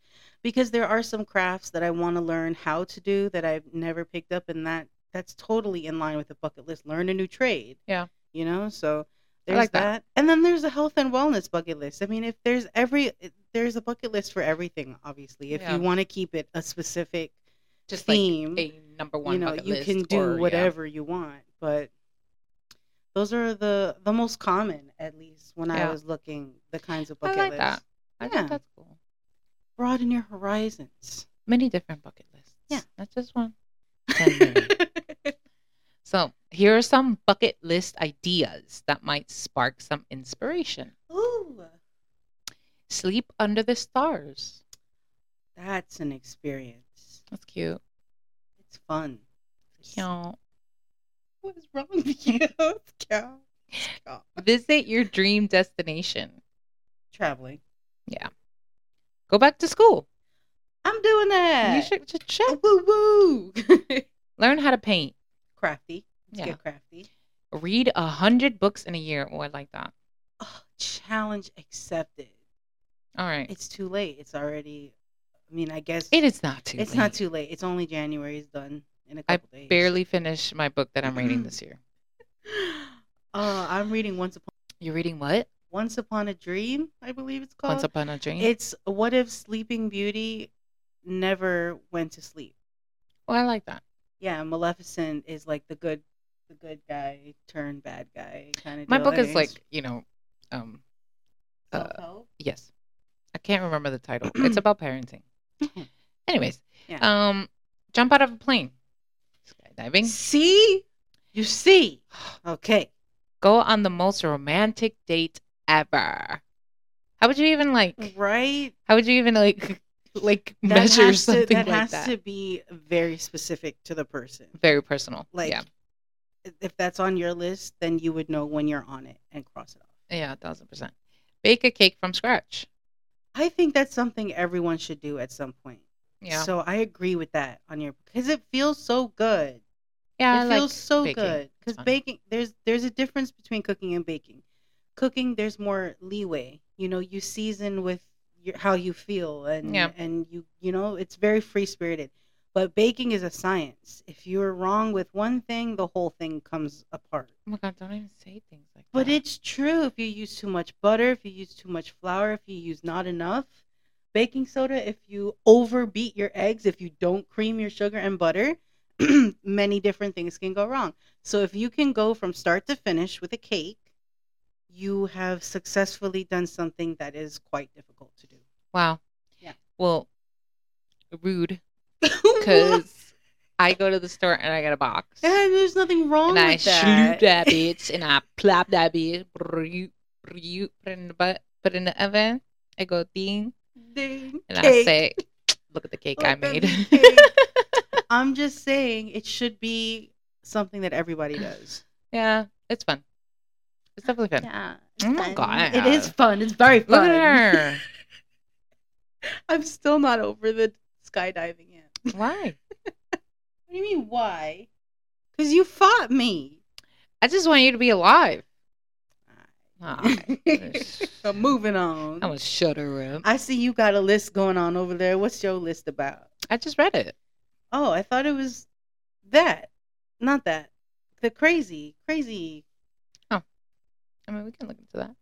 [SPEAKER 2] because there are some crafts that I want to learn how to do that I've never picked up, and that that's totally in line with the bucket list. Learn a new trade.
[SPEAKER 1] Yeah.
[SPEAKER 2] You know, so
[SPEAKER 1] I
[SPEAKER 2] there's
[SPEAKER 1] like that.
[SPEAKER 2] that. and then there's a health and wellness bucket list. I mean, if there's every there's a bucket list for everything. Obviously, if
[SPEAKER 1] Yeah.
[SPEAKER 2] you want to keep it a specific
[SPEAKER 1] Just like
[SPEAKER 2] theme,
[SPEAKER 1] a number one.
[SPEAKER 2] you know
[SPEAKER 1] bucket
[SPEAKER 2] you
[SPEAKER 1] list
[SPEAKER 2] can
[SPEAKER 1] or,
[SPEAKER 2] do
[SPEAKER 1] yeah.
[SPEAKER 2] whatever you want but those are the the most common at least when
[SPEAKER 1] Yeah.
[SPEAKER 2] i was looking the kinds of
[SPEAKER 1] I
[SPEAKER 2] bucket
[SPEAKER 1] like
[SPEAKER 2] lists
[SPEAKER 1] that. I think
[SPEAKER 2] Yeah.
[SPEAKER 1] that's cool.
[SPEAKER 2] broaden your horizons
[SPEAKER 1] Many different bucket lists.
[SPEAKER 2] Yeah.
[SPEAKER 1] not just one. Ten million. so here are some bucket list ideas that might spark some inspiration.
[SPEAKER 2] ooh
[SPEAKER 1] Sleep under the stars.
[SPEAKER 2] that's an experience
[SPEAKER 1] That's cute.
[SPEAKER 2] it's fun
[SPEAKER 1] Cute.
[SPEAKER 2] What is wrong with you? Scott? Scott.
[SPEAKER 1] Visit your dream destination.
[SPEAKER 2] Traveling.
[SPEAKER 1] Go back to school.
[SPEAKER 2] I'm doing that.
[SPEAKER 1] You should just check.
[SPEAKER 2] Woo woo.
[SPEAKER 1] Learn how to paint.
[SPEAKER 2] crafty. Let's
[SPEAKER 1] Yeah.
[SPEAKER 2] get crafty.
[SPEAKER 1] Read a hundred books in a year or like that.
[SPEAKER 2] Oh, challenge accepted.
[SPEAKER 1] All right.
[SPEAKER 2] It's too late. It's already. I mean, I guess
[SPEAKER 1] It is not too.
[SPEAKER 2] it's
[SPEAKER 1] late.
[SPEAKER 2] not too late. It's only January. It's done in a
[SPEAKER 1] I
[SPEAKER 2] couple days.
[SPEAKER 1] Barely finished my book that I'm reading
[SPEAKER 2] Mm-hmm.
[SPEAKER 1] this year.
[SPEAKER 2] Uh, I'm reading once upon
[SPEAKER 1] You're reading what?
[SPEAKER 2] once upon a dream. I believe it's called.
[SPEAKER 1] Once Upon a Dream.
[SPEAKER 2] It's what if Sleeping Beauty never went to sleep?
[SPEAKER 1] oh, I like that.
[SPEAKER 2] Yeah, Maleficent is like the good, the good guy turned bad guy kind of.
[SPEAKER 1] My book is like you know, um, uh,
[SPEAKER 2] Self-help?
[SPEAKER 1] yes, I can't remember the title. it's about parenting. Anyways,
[SPEAKER 2] Yeah.
[SPEAKER 1] um, jump out of a plane, skydiving.
[SPEAKER 2] see, you see. Okay,
[SPEAKER 1] Go on the most romantic date ever. How would you even like?
[SPEAKER 2] right.
[SPEAKER 1] How would you even like like measure
[SPEAKER 2] has
[SPEAKER 1] something
[SPEAKER 2] to, that
[SPEAKER 1] like
[SPEAKER 2] has
[SPEAKER 1] that?
[SPEAKER 2] to be very specific to the person.
[SPEAKER 1] Very personal.
[SPEAKER 2] Like,
[SPEAKER 1] yeah,
[SPEAKER 2] if that's on your list, then you would know when you're on it and cross it off.
[SPEAKER 1] yeah, a thousand percent. Bake a cake from scratch.
[SPEAKER 2] I think that's something everyone should do at some point.
[SPEAKER 1] Yeah,
[SPEAKER 2] So I agree with that on your because it feels so good.
[SPEAKER 1] yeah, I
[SPEAKER 2] it
[SPEAKER 1] like
[SPEAKER 2] feels so
[SPEAKER 1] baking.
[SPEAKER 2] good
[SPEAKER 1] It's
[SPEAKER 2] because
[SPEAKER 1] fun.
[SPEAKER 2] baking there's there's a difference between cooking and baking. Cooking there's more leeway. You know, you season with your, how you feel and
[SPEAKER 1] Yeah.
[SPEAKER 2] and you you know it's very free spirited. But baking is a science. If you're wrong with one thing, the whole thing comes apart.
[SPEAKER 1] Oh my god, don't even say things like
[SPEAKER 2] But
[SPEAKER 1] that.
[SPEAKER 2] it's true. If you use too much butter, if you use too much flour, if you use not enough baking soda, if you overbeat your eggs, if you don't cream your sugar and butter, many different things can go wrong. So if you can go from start to finish with a cake, you have successfully done something that is quite difficult to do.
[SPEAKER 1] wow.
[SPEAKER 2] Yeah.
[SPEAKER 1] Well, rude because I go to the store and I get a box
[SPEAKER 2] and there's nothing wrong
[SPEAKER 1] and
[SPEAKER 2] with
[SPEAKER 1] I
[SPEAKER 2] that.
[SPEAKER 1] shoot that bitch and I plop that bitch, brrrr, brrrr, put it in the butt, put it in the oven. I go ding
[SPEAKER 2] Ding,
[SPEAKER 1] and I
[SPEAKER 2] cake.
[SPEAKER 1] say, "Look at the cake I
[SPEAKER 2] Look at
[SPEAKER 1] made."
[SPEAKER 2] the cake. I'm just saying it should be something that everybody does.
[SPEAKER 1] yeah, it's fun. It's definitely fun.
[SPEAKER 2] Yeah.
[SPEAKER 1] Oh my God.
[SPEAKER 2] It is fun. It's very fun.
[SPEAKER 1] Look at her.
[SPEAKER 2] I'm still not over the skydiving yet. What
[SPEAKER 1] Why?
[SPEAKER 2] do you mean why? Cuz you fought me.
[SPEAKER 1] I just want you to be alive. Ah,
[SPEAKER 2] I'm moving on.
[SPEAKER 1] I was shuddering.
[SPEAKER 2] I see you got a list going on over there. What's your list about?
[SPEAKER 1] I just read it.
[SPEAKER 2] Oh, I thought it was that. Not that. The crazy, crazy.
[SPEAKER 1] I mean, we can look into that.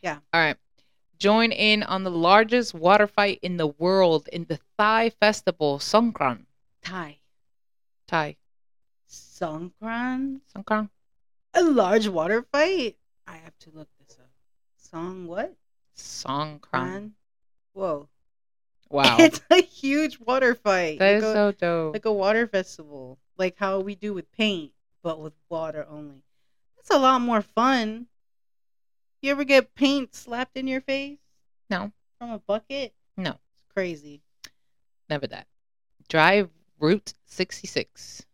[SPEAKER 2] Yeah.
[SPEAKER 1] All right. Join in on the largest water fight in the world in the Thai festival Songkran.
[SPEAKER 2] Thai.
[SPEAKER 1] Thai
[SPEAKER 2] Songkran?
[SPEAKER 1] Songkran
[SPEAKER 2] A large water fight? I have to look this up. Song what?
[SPEAKER 1] Songkran.
[SPEAKER 2] Kran? Whoa.
[SPEAKER 1] Wow,
[SPEAKER 2] It's a huge water fight.
[SPEAKER 1] that
[SPEAKER 2] like,
[SPEAKER 1] is
[SPEAKER 2] a,
[SPEAKER 1] so dope.
[SPEAKER 2] like a water festival. Like how we do with paint, but with water only. That's a lot more fun. You ever get paint slapped in your face?
[SPEAKER 1] No.
[SPEAKER 2] From a bucket?
[SPEAKER 1] No.
[SPEAKER 2] It's crazy.
[SPEAKER 1] Never that. Drive Route 66.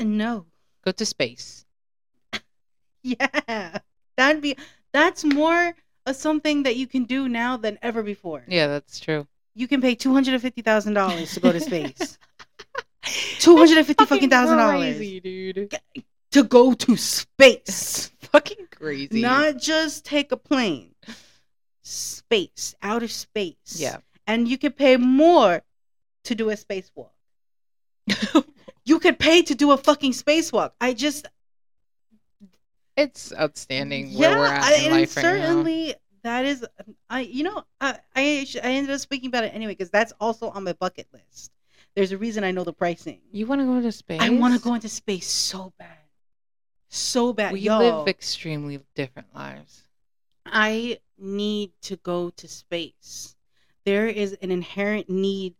[SPEAKER 2] And no.
[SPEAKER 1] Go to space.
[SPEAKER 2] Yeah. That'd be that's more of something that you can do now than ever before.
[SPEAKER 1] Yeah, that's true.
[SPEAKER 2] You can pay two hundred and fifty thousand dollars to go to space. Two hundred and fifty fucking thousand dollars
[SPEAKER 1] Crazy, dude.
[SPEAKER 2] to go to space.
[SPEAKER 1] fucking crazy.
[SPEAKER 2] Not just take a plane. Space, outer space.
[SPEAKER 1] Yeah.
[SPEAKER 2] And you could pay more to do a spacewalk. You could pay to do a fucking spacewalk. I just
[SPEAKER 1] it's outstanding where we're at in
[SPEAKER 2] and
[SPEAKER 1] life right now.
[SPEAKER 2] certainly that is I you know I I, sh- I ended up speaking about it anyway because that's also on my bucket list. There's a reason I know the pricing.
[SPEAKER 1] You want to go to space?
[SPEAKER 2] I want to go into space so bad, so bad.
[SPEAKER 1] We
[SPEAKER 2] Yo,
[SPEAKER 1] live extremely different lives.
[SPEAKER 2] I need to go to space. There is an inherent need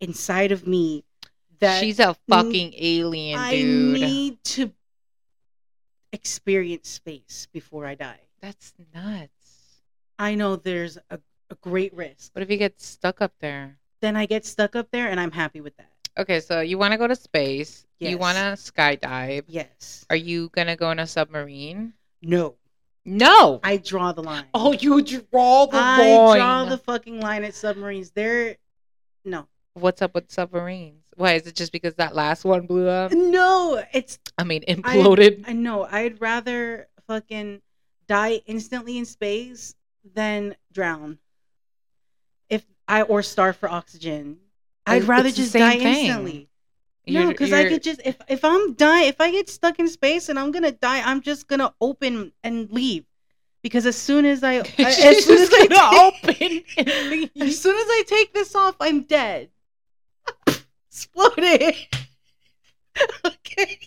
[SPEAKER 2] inside of me that
[SPEAKER 1] she's a fucking alien,
[SPEAKER 2] I
[SPEAKER 1] dude.
[SPEAKER 2] need to experience space before I die.
[SPEAKER 1] That's nuts.
[SPEAKER 2] I know there's a, a great risk.
[SPEAKER 1] What if you get stuck up there?
[SPEAKER 2] Then I get stuck up there and I'm happy with that.
[SPEAKER 1] Okay, so you want to go to space. You
[SPEAKER 2] Yes.
[SPEAKER 1] want to skydive.
[SPEAKER 2] Yes.
[SPEAKER 1] Are you going to go in a submarine?
[SPEAKER 2] No.
[SPEAKER 1] No.
[SPEAKER 2] I draw the line.
[SPEAKER 1] oh, you draw the
[SPEAKER 2] I
[SPEAKER 1] line.
[SPEAKER 2] draw the fucking line at submarines. They're no.
[SPEAKER 1] What's up with submarines? Why is it just because that last one blew up?
[SPEAKER 2] No, it's
[SPEAKER 1] I mean, imploded.
[SPEAKER 2] I know. I'd rather fucking die instantly in space than drown. If I or starve for oxygen. I'd
[SPEAKER 1] It-
[SPEAKER 2] rather
[SPEAKER 1] it's the
[SPEAKER 2] just
[SPEAKER 1] same
[SPEAKER 2] die
[SPEAKER 1] thing.
[SPEAKER 2] instantly. no,
[SPEAKER 1] You're-
[SPEAKER 2] because I
[SPEAKER 1] you're-
[SPEAKER 2] could just if if I'm dying, if I get stuck in space and I'm gonna die, I'm just gonna open and leave. Because as soon as I
[SPEAKER 1] She's
[SPEAKER 2] as soon as
[SPEAKER 1] just
[SPEAKER 2] I
[SPEAKER 1] gonna
[SPEAKER 2] take-
[SPEAKER 1] open and leave.
[SPEAKER 2] As soon as I take this off, I'm dead. Exploded. okay.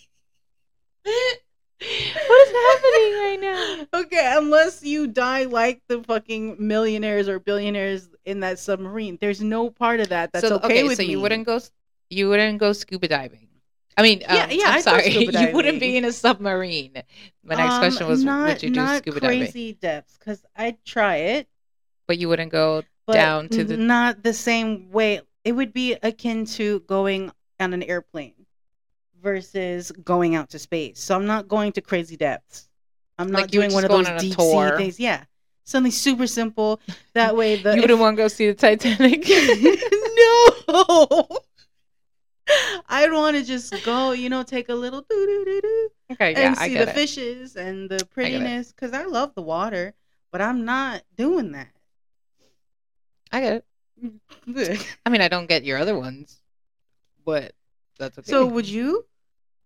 [SPEAKER 1] What is happening right now?
[SPEAKER 2] Okay, unless you die like the fucking millionaires or billionaires in that submarine, there's no part of that that's
[SPEAKER 1] so,
[SPEAKER 2] okay, with
[SPEAKER 1] so
[SPEAKER 2] me.
[SPEAKER 1] you wouldn't go s- you wouldn't go scuba diving. I mean,
[SPEAKER 2] Yeah,
[SPEAKER 1] um,
[SPEAKER 2] yeah,
[SPEAKER 1] I'm
[SPEAKER 2] I'd go
[SPEAKER 1] sorry.
[SPEAKER 2] scuba
[SPEAKER 1] You wouldn't
[SPEAKER 2] diving.
[SPEAKER 1] be in a submarine. My next
[SPEAKER 2] Um,
[SPEAKER 1] question was
[SPEAKER 2] not,
[SPEAKER 1] would you do
[SPEAKER 2] not
[SPEAKER 1] scuba diving?
[SPEAKER 2] crazy depths? Because I'd try it,
[SPEAKER 1] But you wouldn't go
[SPEAKER 2] but
[SPEAKER 1] Down to the-
[SPEAKER 2] not the same way. It would be akin to going on an airplane versus going out to space. So I'm not going to crazy depths. I'm not
[SPEAKER 1] Like, you would
[SPEAKER 2] doing one
[SPEAKER 1] just
[SPEAKER 2] of
[SPEAKER 1] go on
[SPEAKER 2] those
[SPEAKER 1] a
[SPEAKER 2] deep sea
[SPEAKER 1] tour.
[SPEAKER 2] things. Yeah, something super simple. That way, the
[SPEAKER 1] you
[SPEAKER 2] if-
[SPEAKER 1] wouldn't want to go see the Titanic.
[SPEAKER 2] no. I'd want to just go, you know, take a little doo doo doo doo
[SPEAKER 1] okay, yeah,
[SPEAKER 2] and
[SPEAKER 1] I
[SPEAKER 2] see
[SPEAKER 1] get
[SPEAKER 2] the
[SPEAKER 1] it.
[SPEAKER 2] fishes and the prettiness because I love the water, but I'm not doing that.
[SPEAKER 1] I get it. I mean, I don't get your other ones, but that's okay.
[SPEAKER 2] so would you?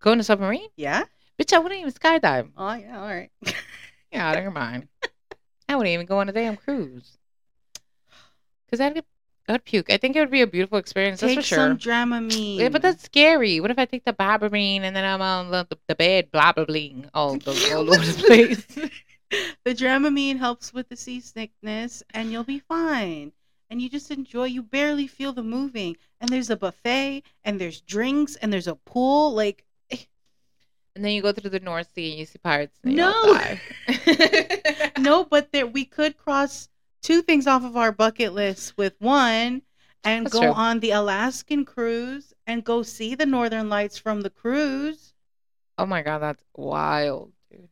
[SPEAKER 1] go in a submarine,
[SPEAKER 2] Yeah.
[SPEAKER 1] bitch. I wouldn't even skydive.
[SPEAKER 2] Oh yeah. All right.
[SPEAKER 1] Yeah, out of your mind. I wouldn't even go on a damn cruise because I'd get, I'd puke. I think it would be a beautiful experience.
[SPEAKER 2] Take
[SPEAKER 1] that's for sure.
[SPEAKER 2] some Dramamine.
[SPEAKER 1] Yeah, but that's scary. What if I take the barberine and then I'm on the, the, the bed, blah blah bling, all, the, all over the place?
[SPEAKER 2] the Dramamine helps with the seasickness, and you'll be fine. And you just enjoy. You barely feel the moving. And there's a buffet, and there's drinks, and there's a pool. Like
[SPEAKER 1] And then you go through the North Sea and you see pirates. And they
[SPEAKER 2] No.
[SPEAKER 1] all die.
[SPEAKER 2] no, but there we could cross two things off of our bucket list with one and
[SPEAKER 1] That's
[SPEAKER 2] go
[SPEAKER 1] true.
[SPEAKER 2] on the Alaskan cruise and go see the northern lights from the cruise.
[SPEAKER 1] oh my god, that's wild, dude.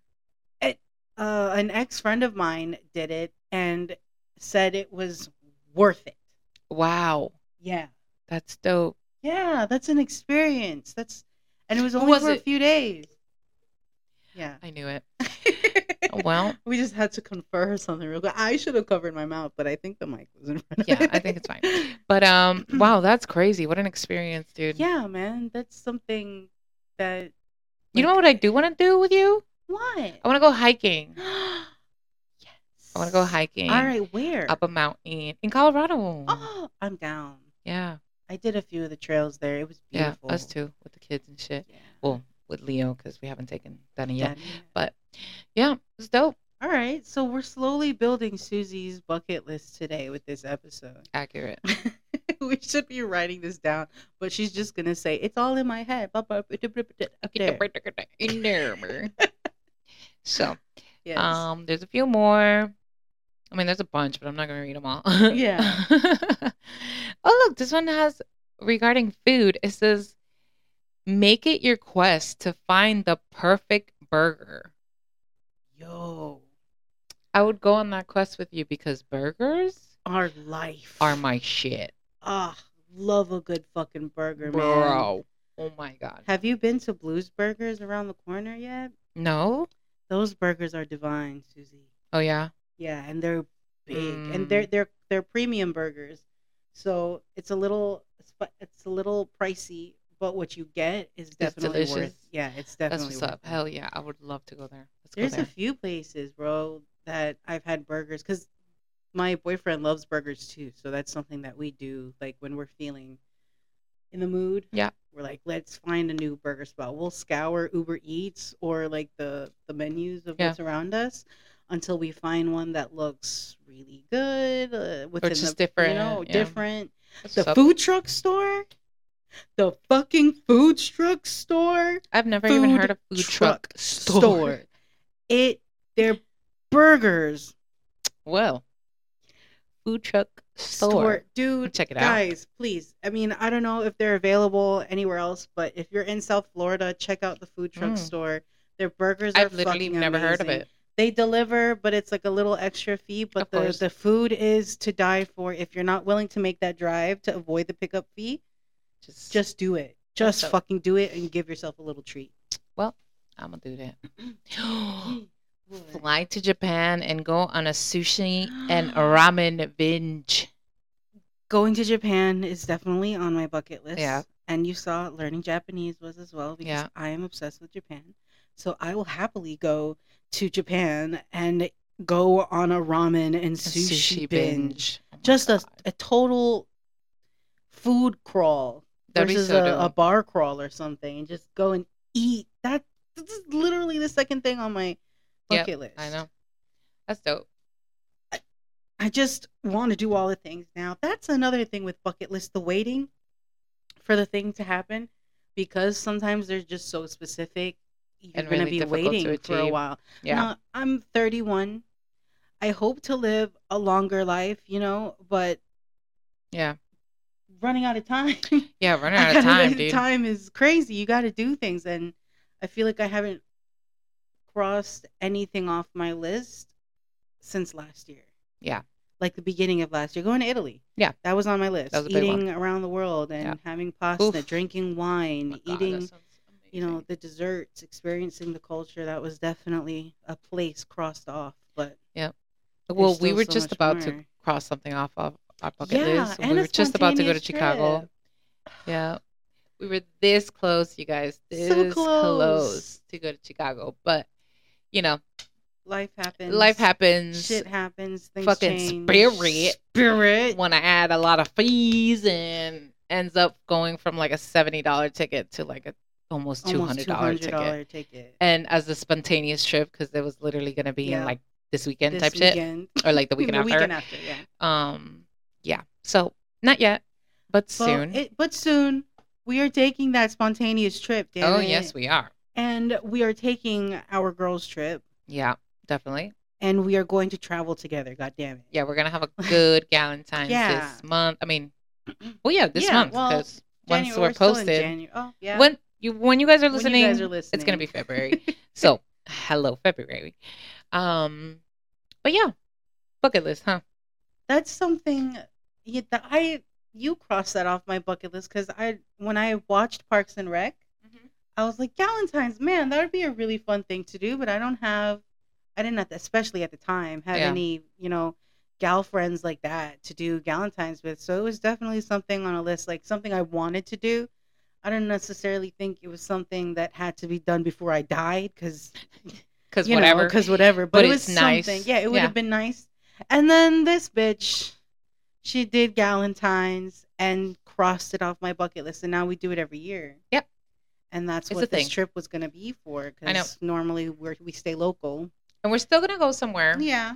[SPEAKER 2] Uh, an ex-friend of mine did it and said it was worth it.
[SPEAKER 1] Wow,
[SPEAKER 2] Yeah.
[SPEAKER 1] that's dope.
[SPEAKER 2] Yeah, that's an experience. That's and it was
[SPEAKER 1] Who
[SPEAKER 2] only
[SPEAKER 1] was
[SPEAKER 2] for a
[SPEAKER 1] it?
[SPEAKER 2] few days. Yeah.
[SPEAKER 1] I knew it. Well,
[SPEAKER 2] we just had to confer something real quick. I should have covered my mouth, but I think the mic was in front.
[SPEAKER 1] yeah, I think it's fine. But um, wow, that's crazy. What an experience, dude.
[SPEAKER 2] Yeah, man, that's something that
[SPEAKER 1] You know what I do want to do with you?
[SPEAKER 2] what?
[SPEAKER 1] I want to go hiking.
[SPEAKER 2] yes.
[SPEAKER 1] I want to go hiking.
[SPEAKER 2] All right, where?
[SPEAKER 1] Up a mountain in Colorado.
[SPEAKER 2] oh, I'm down.
[SPEAKER 1] Yeah.
[SPEAKER 2] I did a few of the trails there. It was beautiful.
[SPEAKER 1] Yeah, us too with the kids and shit.
[SPEAKER 2] Yeah.
[SPEAKER 1] Well, with Leo because we haven't taken Danny yet.
[SPEAKER 2] Daddy.
[SPEAKER 1] But yeah, it's dope.
[SPEAKER 2] All right, so we're slowly building Susie's bucket list today with this episode.
[SPEAKER 1] Accurate.
[SPEAKER 2] we should be writing this down, but she's just gonna say it's all in my head. Up there.
[SPEAKER 1] In there, man. so
[SPEAKER 2] Yes.
[SPEAKER 1] um, there's a few more. I mean, there's a bunch, but I'm not gonna read them all.
[SPEAKER 2] Yeah.
[SPEAKER 1] oh look, this one has regarding food. It says, "Make it your quest to find the perfect burger."
[SPEAKER 2] Yo,
[SPEAKER 1] I would go on that quest with you because burgers
[SPEAKER 2] our life.
[SPEAKER 1] are my shit,
[SPEAKER 2] Ah, love a good fucking burger, man.
[SPEAKER 1] bro. Oh my god.
[SPEAKER 2] Have you been to Blues Burgers around the corner yet?
[SPEAKER 1] No.
[SPEAKER 2] Those burgers are divine, Susie.
[SPEAKER 1] Oh yeah.
[SPEAKER 2] Yeah, and they're big, and
[SPEAKER 1] Mm.
[SPEAKER 2] they're they're they're premium burgers, so it's a little sp- it's a little pricey, but what you get is
[SPEAKER 1] That's
[SPEAKER 2] definitely worth.
[SPEAKER 1] delicious.
[SPEAKER 2] Yeah, it's
[SPEAKER 1] That's
[SPEAKER 2] definitely
[SPEAKER 1] what's
[SPEAKER 2] worth
[SPEAKER 1] up.
[SPEAKER 2] it.
[SPEAKER 1] Hell yeah, I would love to go there. Let's
[SPEAKER 2] There's
[SPEAKER 1] go
[SPEAKER 2] a
[SPEAKER 1] there.
[SPEAKER 2] few places, bro, that I've had burgers because my boyfriend loves burgers too. So that's something that we do, like when we're feeling in the mood.
[SPEAKER 1] Yeah.
[SPEAKER 2] we're like, let's find a new burger spot. We'll scour Uber Eats or like the the menus of
[SPEAKER 1] Yeah.
[SPEAKER 2] what's around us until we find one that looks really good uh, within
[SPEAKER 1] just
[SPEAKER 2] the,
[SPEAKER 1] different,
[SPEAKER 2] you know,
[SPEAKER 1] yeah.
[SPEAKER 2] different
[SPEAKER 1] That's
[SPEAKER 2] the
[SPEAKER 1] what's up.
[SPEAKER 2] food truck store, the fucking food truck store
[SPEAKER 1] I've never even
[SPEAKER 2] food
[SPEAKER 1] heard of food truck, store.
[SPEAKER 2] It their burgers.
[SPEAKER 1] Well, food truck Store.
[SPEAKER 2] Dude,
[SPEAKER 1] Check it out.
[SPEAKER 2] guys, please. I mean, I don't know if they're available anywhere else, but if you're in South Florida, check out the food truck
[SPEAKER 1] Mm.
[SPEAKER 2] store. Their burgers are
[SPEAKER 1] I've literally
[SPEAKER 2] fucking
[SPEAKER 1] never heard of
[SPEAKER 2] amazing.
[SPEAKER 1] it.
[SPEAKER 2] They deliver, but it's like a little extra fee. But
[SPEAKER 1] Of
[SPEAKER 2] the,
[SPEAKER 1] course.
[SPEAKER 2] the food is to die for. If you're not willing to make that drive to avoid the pickup fee,
[SPEAKER 1] Just,
[SPEAKER 2] just do it. Just
[SPEAKER 1] so.
[SPEAKER 2] fucking do it and give yourself a little treat.
[SPEAKER 1] I'm gonna do that. Fly to Japan and go on a sushi and ramen binge.
[SPEAKER 2] Going to Japan is definitely on my bucket list.
[SPEAKER 1] Yeah.
[SPEAKER 2] And you saw learning Japanese was as well because
[SPEAKER 1] Yeah.
[SPEAKER 2] I am obsessed with Japan. So I will happily go to Japan and go on a ramen and
[SPEAKER 1] A
[SPEAKER 2] sushi, binge.
[SPEAKER 1] Oh my
[SPEAKER 2] Just a,
[SPEAKER 1] God.
[SPEAKER 2] a total food crawl
[SPEAKER 1] That'd be
[SPEAKER 2] versus
[SPEAKER 1] so
[SPEAKER 2] a, a
[SPEAKER 1] dope.
[SPEAKER 2] bar crawl or something and just go and eat. That this is literally the second thing on my
[SPEAKER 1] Yep,
[SPEAKER 2] bucket list.
[SPEAKER 1] I know. That's dope.
[SPEAKER 2] I just want to do all the things now. That's another thing with bucket list, the waiting for the thing to happen because sometimes they're just so specific. You're
[SPEAKER 1] And
[SPEAKER 2] going
[SPEAKER 1] really
[SPEAKER 2] to be
[SPEAKER 1] difficult to
[SPEAKER 2] waiting for a
[SPEAKER 1] achieve.
[SPEAKER 2] while.
[SPEAKER 1] Yeah.
[SPEAKER 2] Now, I'm 31. I hope to live a longer life, you know, but
[SPEAKER 1] Yeah.
[SPEAKER 2] running out of time.
[SPEAKER 1] Yeah, running out of time,
[SPEAKER 2] Running
[SPEAKER 1] dude.
[SPEAKER 2] time is crazy. You got to do things and I feel like I haven't crossed anything off my list since last year.
[SPEAKER 1] Yeah.
[SPEAKER 2] Like the beginning of last year going to Italy.
[SPEAKER 1] Yeah.
[SPEAKER 2] That was on my list.
[SPEAKER 1] That was a big one.
[SPEAKER 2] eating around the world and
[SPEAKER 1] Yeah.
[SPEAKER 2] having pasta,
[SPEAKER 1] Oof.
[SPEAKER 2] drinking
[SPEAKER 1] Oh
[SPEAKER 2] wine,
[SPEAKER 1] my God, that
[SPEAKER 2] eating,
[SPEAKER 1] sounds
[SPEAKER 2] you know,
[SPEAKER 1] amazing.
[SPEAKER 2] the desserts, experiencing the culture. That was definitely a place crossed off, but
[SPEAKER 1] Well, we
[SPEAKER 2] still
[SPEAKER 1] were
[SPEAKER 2] so
[SPEAKER 1] just
[SPEAKER 2] much
[SPEAKER 1] about to
[SPEAKER 2] more.
[SPEAKER 1] cross something off of our bucket
[SPEAKER 2] Yeah,
[SPEAKER 1] list.
[SPEAKER 2] and
[SPEAKER 1] we
[SPEAKER 2] a
[SPEAKER 1] were just about to go to
[SPEAKER 2] spontaneous
[SPEAKER 1] Chicago.
[SPEAKER 2] trip.
[SPEAKER 1] Yeah. We were this close, you guys. This
[SPEAKER 2] So
[SPEAKER 1] close.
[SPEAKER 2] close.
[SPEAKER 1] to go to Chicago. But you know,
[SPEAKER 2] life happens.
[SPEAKER 1] life happens.
[SPEAKER 2] Shit happens. Things
[SPEAKER 1] Fucking
[SPEAKER 2] change.
[SPEAKER 1] spirit.
[SPEAKER 2] Spirit.
[SPEAKER 1] When I add a lot of fees and ends up going from like a seventy dollar ticket to like a almost two hundred
[SPEAKER 2] Almost
[SPEAKER 1] dollar ticket.
[SPEAKER 2] $200 ticket.
[SPEAKER 1] And as a spontaneous trip, because it was literally gonna be
[SPEAKER 2] Yeah.
[SPEAKER 1] in like this weekend
[SPEAKER 2] This
[SPEAKER 1] type shit.
[SPEAKER 2] weekend.
[SPEAKER 1] Or like the weekend after.
[SPEAKER 2] weekend after, yeah.
[SPEAKER 1] Um, yeah. So not yet, but
[SPEAKER 2] Well,
[SPEAKER 1] soon.
[SPEAKER 2] it- but soon, we are taking that spontaneous trip, damn
[SPEAKER 1] oh
[SPEAKER 2] it.
[SPEAKER 1] yes, we are.
[SPEAKER 2] and we are taking our girls' trip,
[SPEAKER 1] Yeah, definitely.
[SPEAKER 2] and we are going to travel together. God damn it!
[SPEAKER 1] Yeah, we're gonna have a good Galentine's
[SPEAKER 2] Yeah.
[SPEAKER 1] this month. I mean, well, yeah, this
[SPEAKER 2] Yeah,
[SPEAKER 1] month
[SPEAKER 2] well,
[SPEAKER 1] because once
[SPEAKER 2] January-
[SPEAKER 1] we're,
[SPEAKER 2] we're still in
[SPEAKER 1] posted,
[SPEAKER 2] Janu- oh yeah.
[SPEAKER 1] when you when you guys are
[SPEAKER 2] When you guys
[SPEAKER 1] listening,
[SPEAKER 2] are
[SPEAKER 1] it's gonna
[SPEAKER 2] listening.
[SPEAKER 1] be February. so hello, February. Um, but yeah, bucket list, huh?
[SPEAKER 2] that's something yeah, that I you crossed that off my bucket list because I when I watched Parks and Rec, I was like Galentine's man, that would be a really fun thing to do, but I don't have, I didn't at the, especially at the time have
[SPEAKER 1] Yeah.
[SPEAKER 2] any you know gal friends like that to do Galentine's with, so it was definitely something on a list like something I wanted to do. I don't necessarily think it was something that had to be done before I died because
[SPEAKER 1] Because
[SPEAKER 2] you
[SPEAKER 1] whatever.
[SPEAKER 2] because whatever. But,
[SPEAKER 1] But
[SPEAKER 2] it
[SPEAKER 1] it's
[SPEAKER 2] was
[SPEAKER 1] nice.
[SPEAKER 2] something. Yeah, it would
[SPEAKER 1] Yeah.
[SPEAKER 2] have been nice. And then this bitch, she did Galentine's and crossed it off my bucket list, and now we do it every year.
[SPEAKER 1] Yep.
[SPEAKER 2] And
[SPEAKER 1] It's
[SPEAKER 2] that's
[SPEAKER 1] a
[SPEAKER 2] what this
[SPEAKER 1] thing.
[SPEAKER 2] trip was gonna be for.
[SPEAKER 1] I know.
[SPEAKER 2] Because normally we we stay local.
[SPEAKER 1] and we're still gonna go somewhere.
[SPEAKER 2] Yeah.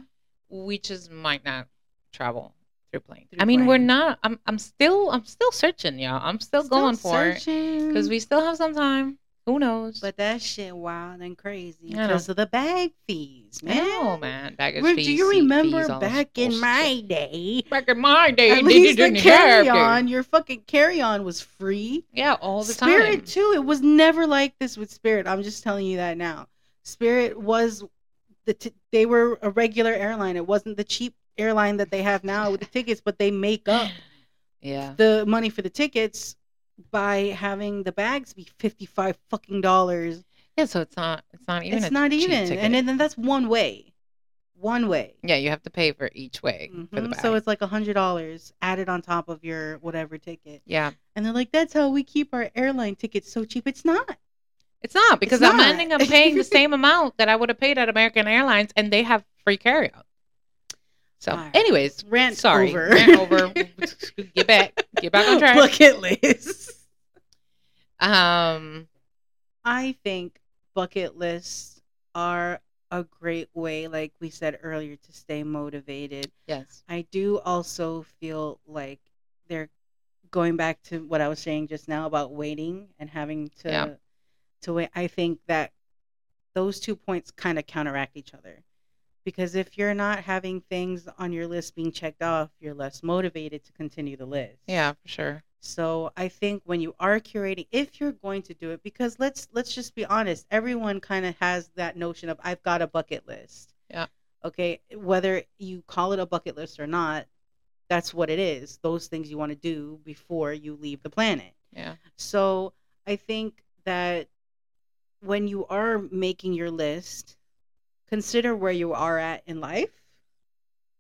[SPEAKER 1] we just might not travel through plane.
[SPEAKER 2] Through
[SPEAKER 1] I mean, we're
[SPEAKER 2] plane.
[SPEAKER 1] not. I'm. I'm still. I'm still searching, y'all. I'm still, going for it because we still have some time. Who knows?
[SPEAKER 2] But that shit wild and crazy
[SPEAKER 1] I know.
[SPEAKER 2] because of the bag fees,
[SPEAKER 1] I
[SPEAKER 2] man.
[SPEAKER 1] know, man. Baggage
[SPEAKER 2] Re-
[SPEAKER 1] fees,
[SPEAKER 2] do you
[SPEAKER 1] seat
[SPEAKER 2] remember
[SPEAKER 1] fees, all this
[SPEAKER 2] back in
[SPEAKER 1] bullshit.
[SPEAKER 2] my day?
[SPEAKER 1] back in my day?
[SPEAKER 2] At
[SPEAKER 1] they
[SPEAKER 2] least the
[SPEAKER 1] didn't have
[SPEAKER 2] carry
[SPEAKER 1] that.
[SPEAKER 2] on, your fucking carry on was free.
[SPEAKER 1] Yeah, all the
[SPEAKER 2] Spirit
[SPEAKER 1] time.
[SPEAKER 2] too. It was never like this with Spirit. I'm just telling you that now. Spirit was the t- they were a regular airline. It wasn't the cheap airline that they have now with the tickets, but they make up
[SPEAKER 1] Yeah,
[SPEAKER 2] the money for the tickets by having the bags be 55 fucking dollars.
[SPEAKER 1] yeah. So it's not. It's not even.
[SPEAKER 2] it's
[SPEAKER 1] a
[SPEAKER 2] not
[SPEAKER 1] cheap
[SPEAKER 2] even.
[SPEAKER 1] ticket.
[SPEAKER 2] And then then that's one way. One way.
[SPEAKER 1] yeah, you have to pay for each way for the
[SPEAKER 2] Mhm.
[SPEAKER 1] bag.
[SPEAKER 2] So it's like a hundred dollars added on top of your whatever ticket,
[SPEAKER 1] yeah,
[SPEAKER 2] and they're like, "That's how we keep our airline tickets so cheap." It's not.
[SPEAKER 1] it's not because I'm
[SPEAKER 2] not.
[SPEAKER 1] ending up paying the same amount that I would have paid at American Airlines, and they have free carry out. So,
[SPEAKER 2] All right.
[SPEAKER 1] anyways,
[SPEAKER 2] Rant
[SPEAKER 1] Sorry.
[SPEAKER 2] over.
[SPEAKER 1] Rant over. Get back. Get back on track.
[SPEAKER 2] Bucket list.
[SPEAKER 1] Um,
[SPEAKER 2] I think bucket lists are a great way, like we said earlier, to stay motivated.
[SPEAKER 1] yes.
[SPEAKER 2] I do also feel like they're going back to what I was saying just now about waiting and having to
[SPEAKER 1] Yeah.
[SPEAKER 2] to wait. I think that those two points kind of counteract each other. Because if you're not having things on your list being checked off, you're less motivated to continue the list.
[SPEAKER 1] Yeah, for sure.
[SPEAKER 2] So I think when you are curating, if you're going to do it, because let's let's just be honest, everyone kind of has that notion of I've got a bucket list.
[SPEAKER 1] Yeah.
[SPEAKER 2] Okay. Whether you call it a bucket list or not, that's what it is. Those things you want to do before you leave the planet.
[SPEAKER 1] Yeah.
[SPEAKER 2] So I think that when you are making your list, consider where you are at in life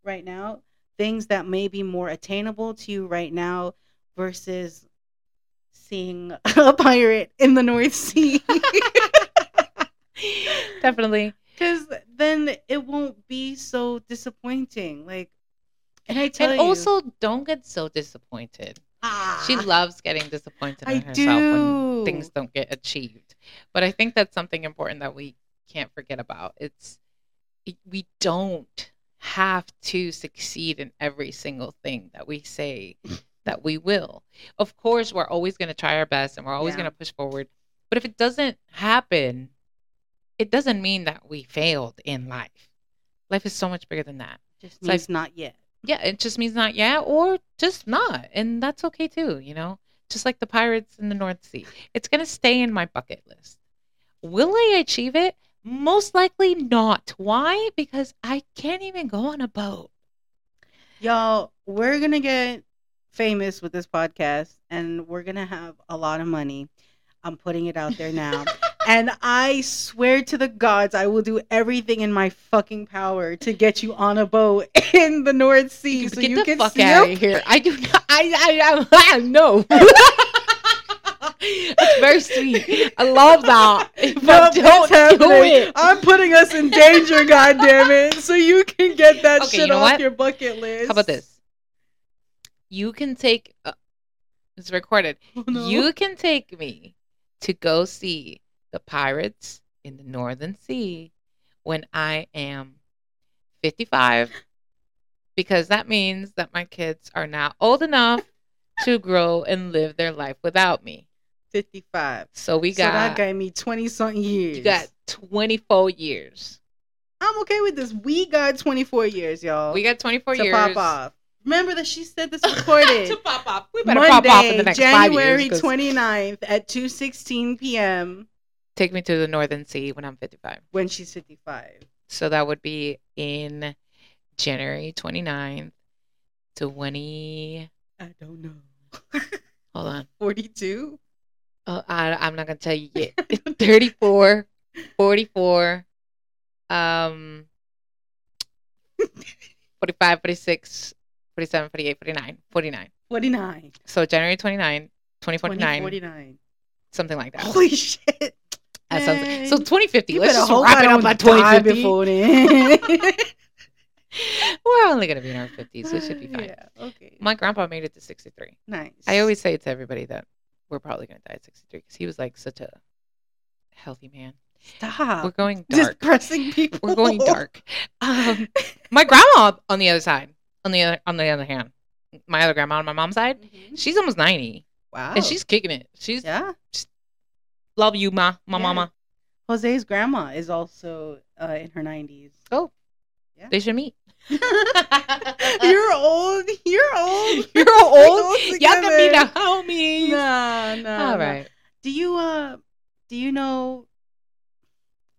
[SPEAKER 2] right now, things that may be more attainable to you right now versus seeing a pirate in the North Sea.
[SPEAKER 1] Definitely.
[SPEAKER 2] Because then it won't be so disappointing. Like, and I tell
[SPEAKER 1] And
[SPEAKER 2] you,
[SPEAKER 1] also, don't get so disappointed.
[SPEAKER 2] ah,
[SPEAKER 1] She loves getting disappointed
[SPEAKER 2] I
[SPEAKER 1] in herself when
[SPEAKER 2] do.
[SPEAKER 1] things don't get achieved. But I think that's something important that we can't forget about. It's it- we don't have to succeed in every single thing that we say that we will. Of course, we're always going to try our best and we're always
[SPEAKER 2] Yeah.
[SPEAKER 1] going to push forward. But if it doesn't happen, it doesn't mean that we failed in life. Life is so much bigger than that.
[SPEAKER 2] just
[SPEAKER 1] like-
[SPEAKER 2] means not yet.
[SPEAKER 1] Yeah, it just means not yet or just not. And that's okay too, you know? Just like the pirates in the North Sea. It's going to stay in my bucket list. Will I achieve it? Most likely not. Why? Because I can't even go on a boat.
[SPEAKER 2] Y'all, we're gonna get famous with this podcast, and we're gonna have a lot of money. I'm putting it out there now. And I swear to the gods, I will do everything in my fucking power to get you on a boat in the North Sea so
[SPEAKER 1] Get
[SPEAKER 2] you
[SPEAKER 1] the
[SPEAKER 2] can
[SPEAKER 1] fuck
[SPEAKER 2] see
[SPEAKER 1] out of here. I do not. I, I, I, I no. That's very sweet. I love that. But
[SPEAKER 2] No,
[SPEAKER 1] don't
[SPEAKER 2] don't
[SPEAKER 1] do
[SPEAKER 2] happening.
[SPEAKER 1] it.
[SPEAKER 2] I'm putting us in danger, goddammit, so you can get that
[SPEAKER 1] Okay,
[SPEAKER 2] shit
[SPEAKER 1] you know
[SPEAKER 2] off
[SPEAKER 1] what?
[SPEAKER 2] your bucket list.
[SPEAKER 1] How about this? You can take. Uh, it's recorded.
[SPEAKER 2] Oh, no.
[SPEAKER 1] You can take me to go see the pirates in the Northern Sea when I am 55, because that means that my kids are now old enough to grow and live their life without me.
[SPEAKER 2] 55.
[SPEAKER 1] So we
[SPEAKER 2] so that
[SPEAKER 1] got,
[SPEAKER 2] gave me 20 something years.
[SPEAKER 1] you got 24 years.
[SPEAKER 2] I'm okay with this. We got 24 years, y'all.
[SPEAKER 1] We got 24
[SPEAKER 2] to
[SPEAKER 1] years
[SPEAKER 2] pop off. Remember that she said this
[SPEAKER 1] to
[SPEAKER 2] recorded
[SPEAKER 1] pop off. We better
[SPEAKER 2] Monday,
[SPEAKER 1] pop off in the next five
[SPEAKER 2] January
[SPEAKER 1] years. 'cause-
[SPEAKER 2] 29th at 2:16 p.m.
[SPEAKER 1] Take me to the Northern Sea when I'm 55.
[SPEAKER 2] when she's 55.
[SPEAKER 1] So that would be in January 29th, 20.
[SPEAKER 2] I don't know.
[SPEAKER 1] Hold on.
[SPEAKER 2] 42.
[SPEAKER 1] Oh, I, I'm not going to tell you yet. 34, 44, um, 45, 46, 47, 48, 49, 49.
[SPEAKER 2] 49.
[SPEAKER 1] So January 29, 2049,
[SPEAKER 2] 49.
[SPEAKER 1] something like that.
[SPEAKER 2] Holy shit.
[SPEAKER 1] That sounds- so
[SPEAKER 2] man.
[SPEAKER 1] 2050.
[SPEAKER 2] You
[SPEAKER 1] Let's
[SPEAKER 2] better
[SPEAKER 1] just
[SPEAKER 2] hope
[SPEAKER 1] wrap
[SPEAKER 2] I
[SPEAKER 1] it up
[SPEAKER 2] don't
[SPEAKER 1] by
[SPEAKER 2] die
[SPEAKER 1] 2050.
[SPEAKER 2] before then.
[SPEAKER 1] We're only going to be in our 50s. We should be fine.
[SPEAKER 2] Yeah, okay.
[SPEAKER 1] My grandpa made it to 63.
[SPEAKER 2] nice.
[SPEAKER 1] I always say to everybody that we're probably going to die at 63 because he was like such a healthy man. We're
[SPEAKER 2] stop
[SPEAKER 1] going
[SPEAKER 2] just
[SPEAKER 1] dark.
[SPEAKER 2] pressing people.
[SPEAKER 1] We're going dark. Um, my grandma on the other side, on the other, on the other hand, my other grandma on my mom's side,
[SPEAKER 2] Mhm.
[SPEAKER 1] she's almost 90
[SPEAKER 2] Wow.
[SPEAKER 1] and she's kicking it. She's
[SPEAKER 2] Oh. yeah.
[SPEAKER 1] love you, ma, my
[SPEAKER 2] Yeah.
[SPEAKER 1] mama.
[SPEAKER 2] Jose's grandma is also uh, in her 90s.
[SPEAKER 1] Oh,
[SPEAKER 2] Yeah.
[SPEAKER 1] they should meet.
[SPEAKER 2] you're old. You're old.
[SPEAKER 1] You're
[SPEAKER 2] We're
[SPEAKER 1] old. Y'all can be
[SPEAKER 2] together.
[SPEAKER 1] the homies.
[SPEAKER 2] Nah,
[SPEAKER 1] All
[SPEAKER 2] nah. nah.
[SPEAKER 1] right.
[SPEAKER 2] Do you uh do you know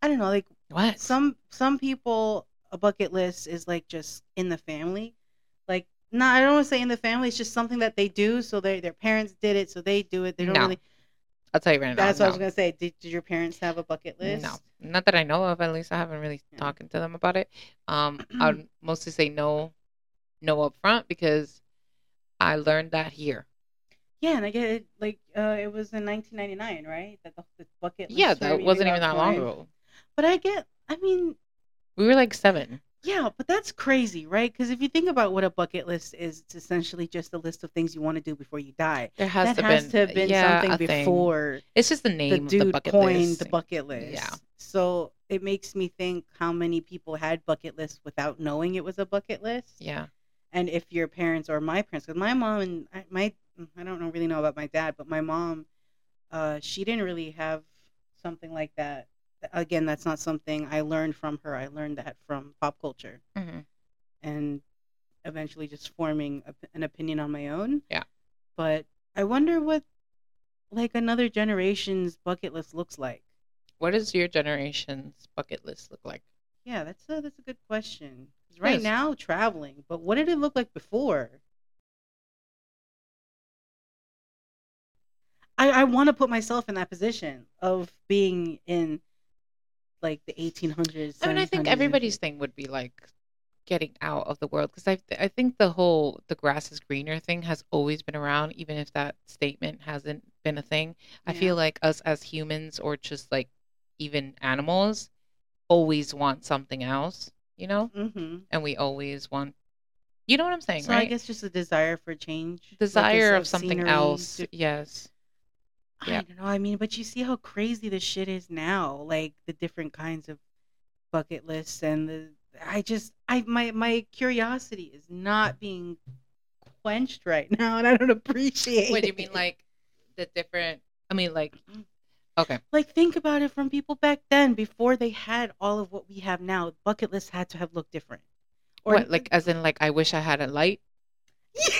[SPEAKER 2] I don't know, like
[SPEAKER 1] What?
[SPEAKER 2] some some people a bucket list is like just in the family. Like no, I don't want to say in the family, it's just something that they do so they their parents did it so they do it. They don't
[SPEAKER 1] No.
[SPEAKER 2] really
[SPEAKER 1] I'll tell you right now.
[SPEAKER 2] That's what I was
[SPEAKER 1] no.
[SPEAKER 2] going to say. Did, did your parents have a bucket list?
[SPEAKER 1] No, not that I know of. At least I haven't really
[SPEAKER 2] Yeah.
[SPEAKER 1] talking to them about it. Um, I'd mostly say no, no up front because I learned that here.
[SPEAKER 2] Yeah, and I get it. Like uh, it was in 1999, right? That the, the bucket. list
[SPEAKER 1] yeah,
[SPEAKER 2] started
[SPEAKER 1] that
[SPEAKER 2] being
[SPEAKER 1] wasn't even
[SPEAKER 2] about
[SPEAKER 1] that long
[SPEAKER 2] going-
[SPEAKER 1] ago.
[SPEAKER 2] But I get. I mean,
[SPEAKER 1] We were like seven.
[SPEAKER 2] yeah, but that's crazy, right? Because if you think about what a bucket list is, it's essentially just a list of things you want to do before you die.
[SPEAKER 1] There has
[SPEAKER 2] that
[SPEAKER 1] to
[SPEAKER 2] has
[SPEAKER 1] been, uh,
[SPEAKER 2] to have been
[SPEAKER 1] yeah, a
[SPEAKER 2] something
[SPEAKER 1] thing.
[SPEAKER 2] before
[SPEAKER 1] It's just the
[SPEAKER 2] the
[SPEAKER 1] name of the
[SPEAKER 2] dude
[SPEAKER 1] bucket
[SPEAKER 2] coined
[SPEAKER 1] list.
[SPEAKER 2] the bucket list.
[SPEAKER 1] Yeah.
[SPEAKER 2] So it makes me think how many people had bucket lists without knowing it was a bucket list.
[SPEAKER 1] yeah,
[SPEAKER 2] and if your parents or my parents because my mom and I, my i don't know, really know about my dad but my mom uh, she didn't really have something like that again, that's not something I learned from her. I learned that from pop culture
[SPEAKER 1] Mhm.
[SPEAKER 2] and eventually just forming a, an opinion on my own.
[SPEAKER 1] Yeah.
[SPEAKER 2] But I wonder what like another generation's bucket list looks like.
[SPEAKER 1] What does your generation's bucket list look like?
[SPEAKER 2] Yeah, that's a that's a good question. 'Cause Right
[SPEAKER 1] Yes.
[SPEAKER 2] now, traveling, but what did it look like before? I I want to put myself in that position of being in like the 1800s.
[SPEAKER 1] I mean, I think
[SPEAKER 2] 1700s.
[SPEAKER 1] everybody's thing would be like getting out of the world because I, I think the whole the grass is greener thing has always been around, even if that statement hasn't been a thing. I
[SPEAKER 2] Yeah.
[SPEAKER 1] feel like us as humans or just like even animals always want something else, you know,
[SPEAKER 2] Mhm.
[SPEAKER 1] and we always want, you know what I'm saying,
[SPEAKER 2] So
[SPEAKER 1] right?
[SPEAKER 2] I guess just a desire for change, like
[SPEAKER 1] Desire
[SPEAKER 2] just
[SPEAKER 1] of something
[SPEAKER 2] scenery,
[SPEAKER 1] else.
[SPEAKER 2] di-
[SPEAKER 1] Yes.
[SPEAKER 2] I
[SPEAKER 1] Yeah.
[SPEAKER 2] don't know. I mean, but you see how crazy this shit is now, like the different kinds of bucket lists and the I just I my my curiosity is not being quenched right now and I don't appreciate
[SPEAKER 1] What do you mean,
[SPEAKER 2] it.
[SPEAKER 1] like the different? I mean, like,
[SPEAKER 2] Mm-hmm.
[SPEAKER 1] okay,
[SPEAKER 2] like think about it from people back then before they had all of what we have now, bucket lists had to have looked different.
[SPEAKER 1] what, like, as in, like, I wish I had a light.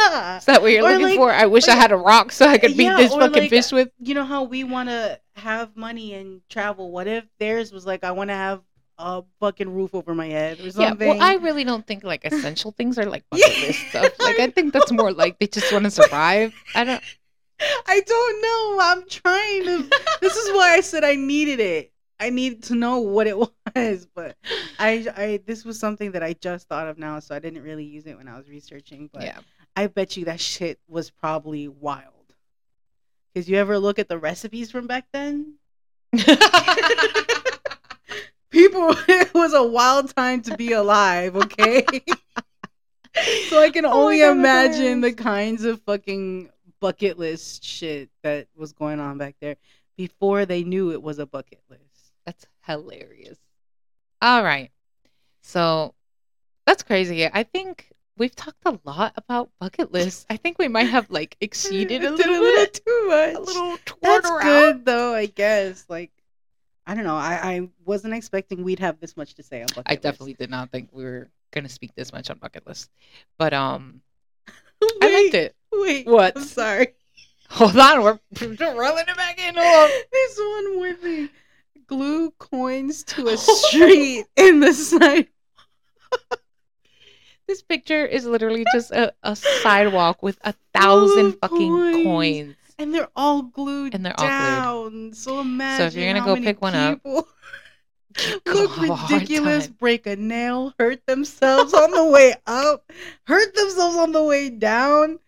[SPEAKER 2] Yeah.
[SPEAKER 1] Is that what you're
[SPEAKER 2] Or,
[SPEAKER 1] looking
[SPEAKER 2] like-
[SPEAKER 1] for? I wish
[SPEAKER 2] or-
[SPEAKER 1] I had a rock so I could beat
[SPEAKER 2] Yeah,
[SPEAKER 1] this
[SPEAKER 2] or,
[SPEAKER 1] fucking
[SPEAKER 2] like,
[SPEAKER 1] fish with.
[SPEAKER 2] you know how we want to have money and travel. What if theirs was like, I want to have a fucking roof over my head or
[SPEAKER 1] Yeah,
[SPEAKER 2] something?
[SPEAKER 1] well, I really don't think like essential things are like bucket list stuff. Like, I think that's more like they just want to survive. I don't.
[SPEAKER 2] I don't know. I'm trying to. this is why I said I needed it. I needed to know what it was, but I, I this was something that I just thought of now, so I didn't really use it when I was researching. But
[SPEAKER 1] yeah,
[SPEAKER 2] I bet you that shit was probably wild. Cause you ever look at the recipes from back then? People, it was a wild time to be alive. Okay. so I can
[SPEAKER 1] Oh my
[SPEAKER 2] only
[SPEAKER 1] God, that's
[SPEAKER 2] imagine the
[SPEAKER 1] hilarious.
[SPEAKER 2] kinds of fucking bucket list shit that was going on back there before they knew it was a bucket list.
[SPEAKER 1] that's hilarious. All right, so that's crazy. I think we've talked a lot about bucket lists. I think we might have like exceeded a
[SPEAKER 2] Did
[SPEAKER 1] little bit,
[SPEAKER 2] too much.
[SPEAKER 1] a little twirl
[SPEAKER 2] That's
[SPEAKER 1] around.
[SPEAKER 2] good though, I guess. Like, I don't know. I, I wasn't expecting we'd have this much to say on bucket
[SPEAKER 1] I
[SPEAKER 2] list.
[SPEAKER 1] definitely did not think we were gonna speak this much on bucket list, but um,
[SPEAKER 2] Wait,
[SPEAKER 1] I liked it.
[SPEAKER 2] Wait,
[SPEAKER 1] What?
[SPEAKER 2] I'm sorry.
[SPEAKER 1] Hold on, we're rolling it back in. Hold on.
[SPEAKER 2] There's one more thing. Glue coins to a street in the side.
[SPEAKER 1] This picture is literally just a, a sidewalk with a thousand
[SPEAKER 2] of
[SPEAKER 1] fucking
[SPEAKER 2] coins.
[SPEAKER 1] coins.
[SPEAKER 2] And they're all glued
[SPEAKER 1] And they're all
[SPEAKER 2] down.
[SPEAKER 1] glued.
[SPEAKER 2] So imagine.
[SPEAKER 1] gonna
[SPEAKER 2] how
[SPEAKER 1] go
[SPEAKER 2] many
[SPEAKER 1] pick one up,
[SPEAKER 2] people
[SPEAKER 1] Go
[SPEAKER 2] Look
[SPEAKER 1] have a hard
[SPEAKER 2] ridiculous,
[SPEAKER 1] time.
[SPEAKER 2] break a nail, hurt themselves on the way up, hurt themselves on the way down.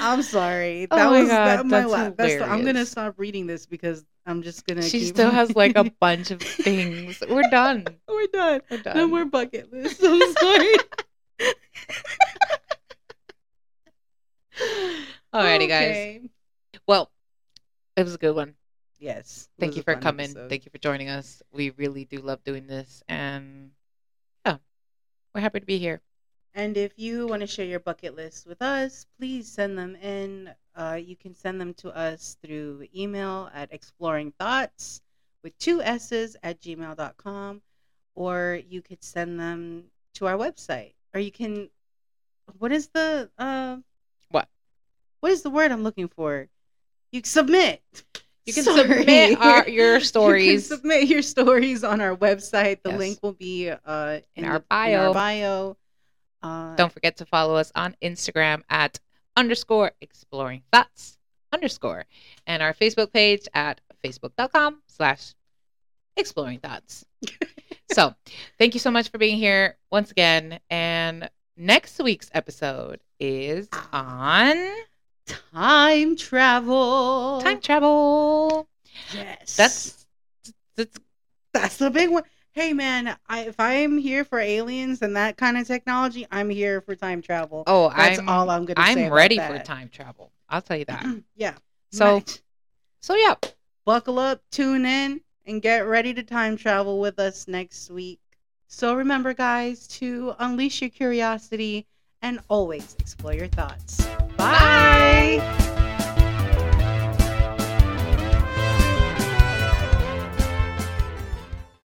[SPEAKER 2] I'm sorry.
[SPEAKER 1] Oh
[SPEAKER 2] That
[SPEAKER 1] my
[SPEAKER 2] was
[SPEAKER 1] God,
[SPEAKER 2] that my
[SPEAKER 1] that's
[SPEAKER 2] la- that's the- I'm gonna
[SPEAKER 1] hilarious.
[SPEAKER 2] stop reading this because I'm just gonna
[SPEAKER 1] She
[SPEAKER 2] keep
[SPEAKER 1] still has like a bunch of things. We're done.
[SPEAKER 2] We're done.
[SPEAKER 1] We're done.
[SPEAKER 2] No more bucket lists. I'm sorry.
[SPEAKER 1] Alrighty, guys.
[SPEAKER 2] Okay.
[SPEAKER 1] Well, it was a good one.
[SPEAKER 2] Yes. it
[SPEAKER 1] Thank
[SPEAKER 2] was
[SPEAKER 1] you
[SPEAKER 2] a
[SPEAKER 1] for
[SPEAKER 2] fun
[SPEAKER 1] coming.
[SPEAKER 2] episode.
[SPEAKER 1] Thank you for joining us. We really do love doing this, and yeah, we're happy to be here.
[SPEAKER 2] And if you want to share your bucket list with us, please send them in. Uh, you can send them to us through email at exploringthoughts with two S's at gmail.com, or you could send them to our website. Or you can, what is the, uh,
[SPEAKER 1] What?
[SPEAKER 2] What is the word I'm looking for? You can submit.
[SPEAKER 1] You can
[SPEAKER 2] Sorry.
[SPEAKER 1] submit our, your
[SPEAKER 2] You can
[SPEAKER 1] stories.
[SPEAKER 2] submit your stories on our website. The
[SPEAKER 1] Yes.
[SPEAKER 2] link will be uh,
[SPEAKER 1] In our
[SPEAKER 2] the- In our
[SPEAKER 1] bio.
[SPEAKER 2] bio. Uh,
[SPEAKER 1] Don't forget to follow us on Instagram at underscore exploring thoughts underscore and our Facebook page at facebook.com slash exploring thoughts. so thank you so much for being here once again. And next week's episode is on
[SPEAKER 2] time travel.
[SPEAKER 1] time travel.
[SPEAKER 2] Yes.
[SPEAKER 1] That's that's
[SPEAKER 2] that's the big one. Hey man, I, if I am here for aliens and that kind of technology, I'm here for time travel.
[SPEAKER 1] oh
[SPEAKER 2] that's
[SPEAKER 1] I'm
[SPEAKER 2] all I'm gonna
[SPEAKER 1] I'm
[SPEAKER 2] say. about
[SPEAKER 1] ready
[SPEAKER 2] that.
[SPEAKER 1] for time travel. I'll tell you that.
[SPEAKER 2] yeah.
[SPEAKER 1] So
[SPEAKER 2] Right.
[SPEAKER 1] so yeah.
[SPEAKER 2] buckle up, tune in, and get ready to time travel with us next week. So remember, guys, to unleash your curiosity and always explore your thoughts. Bye.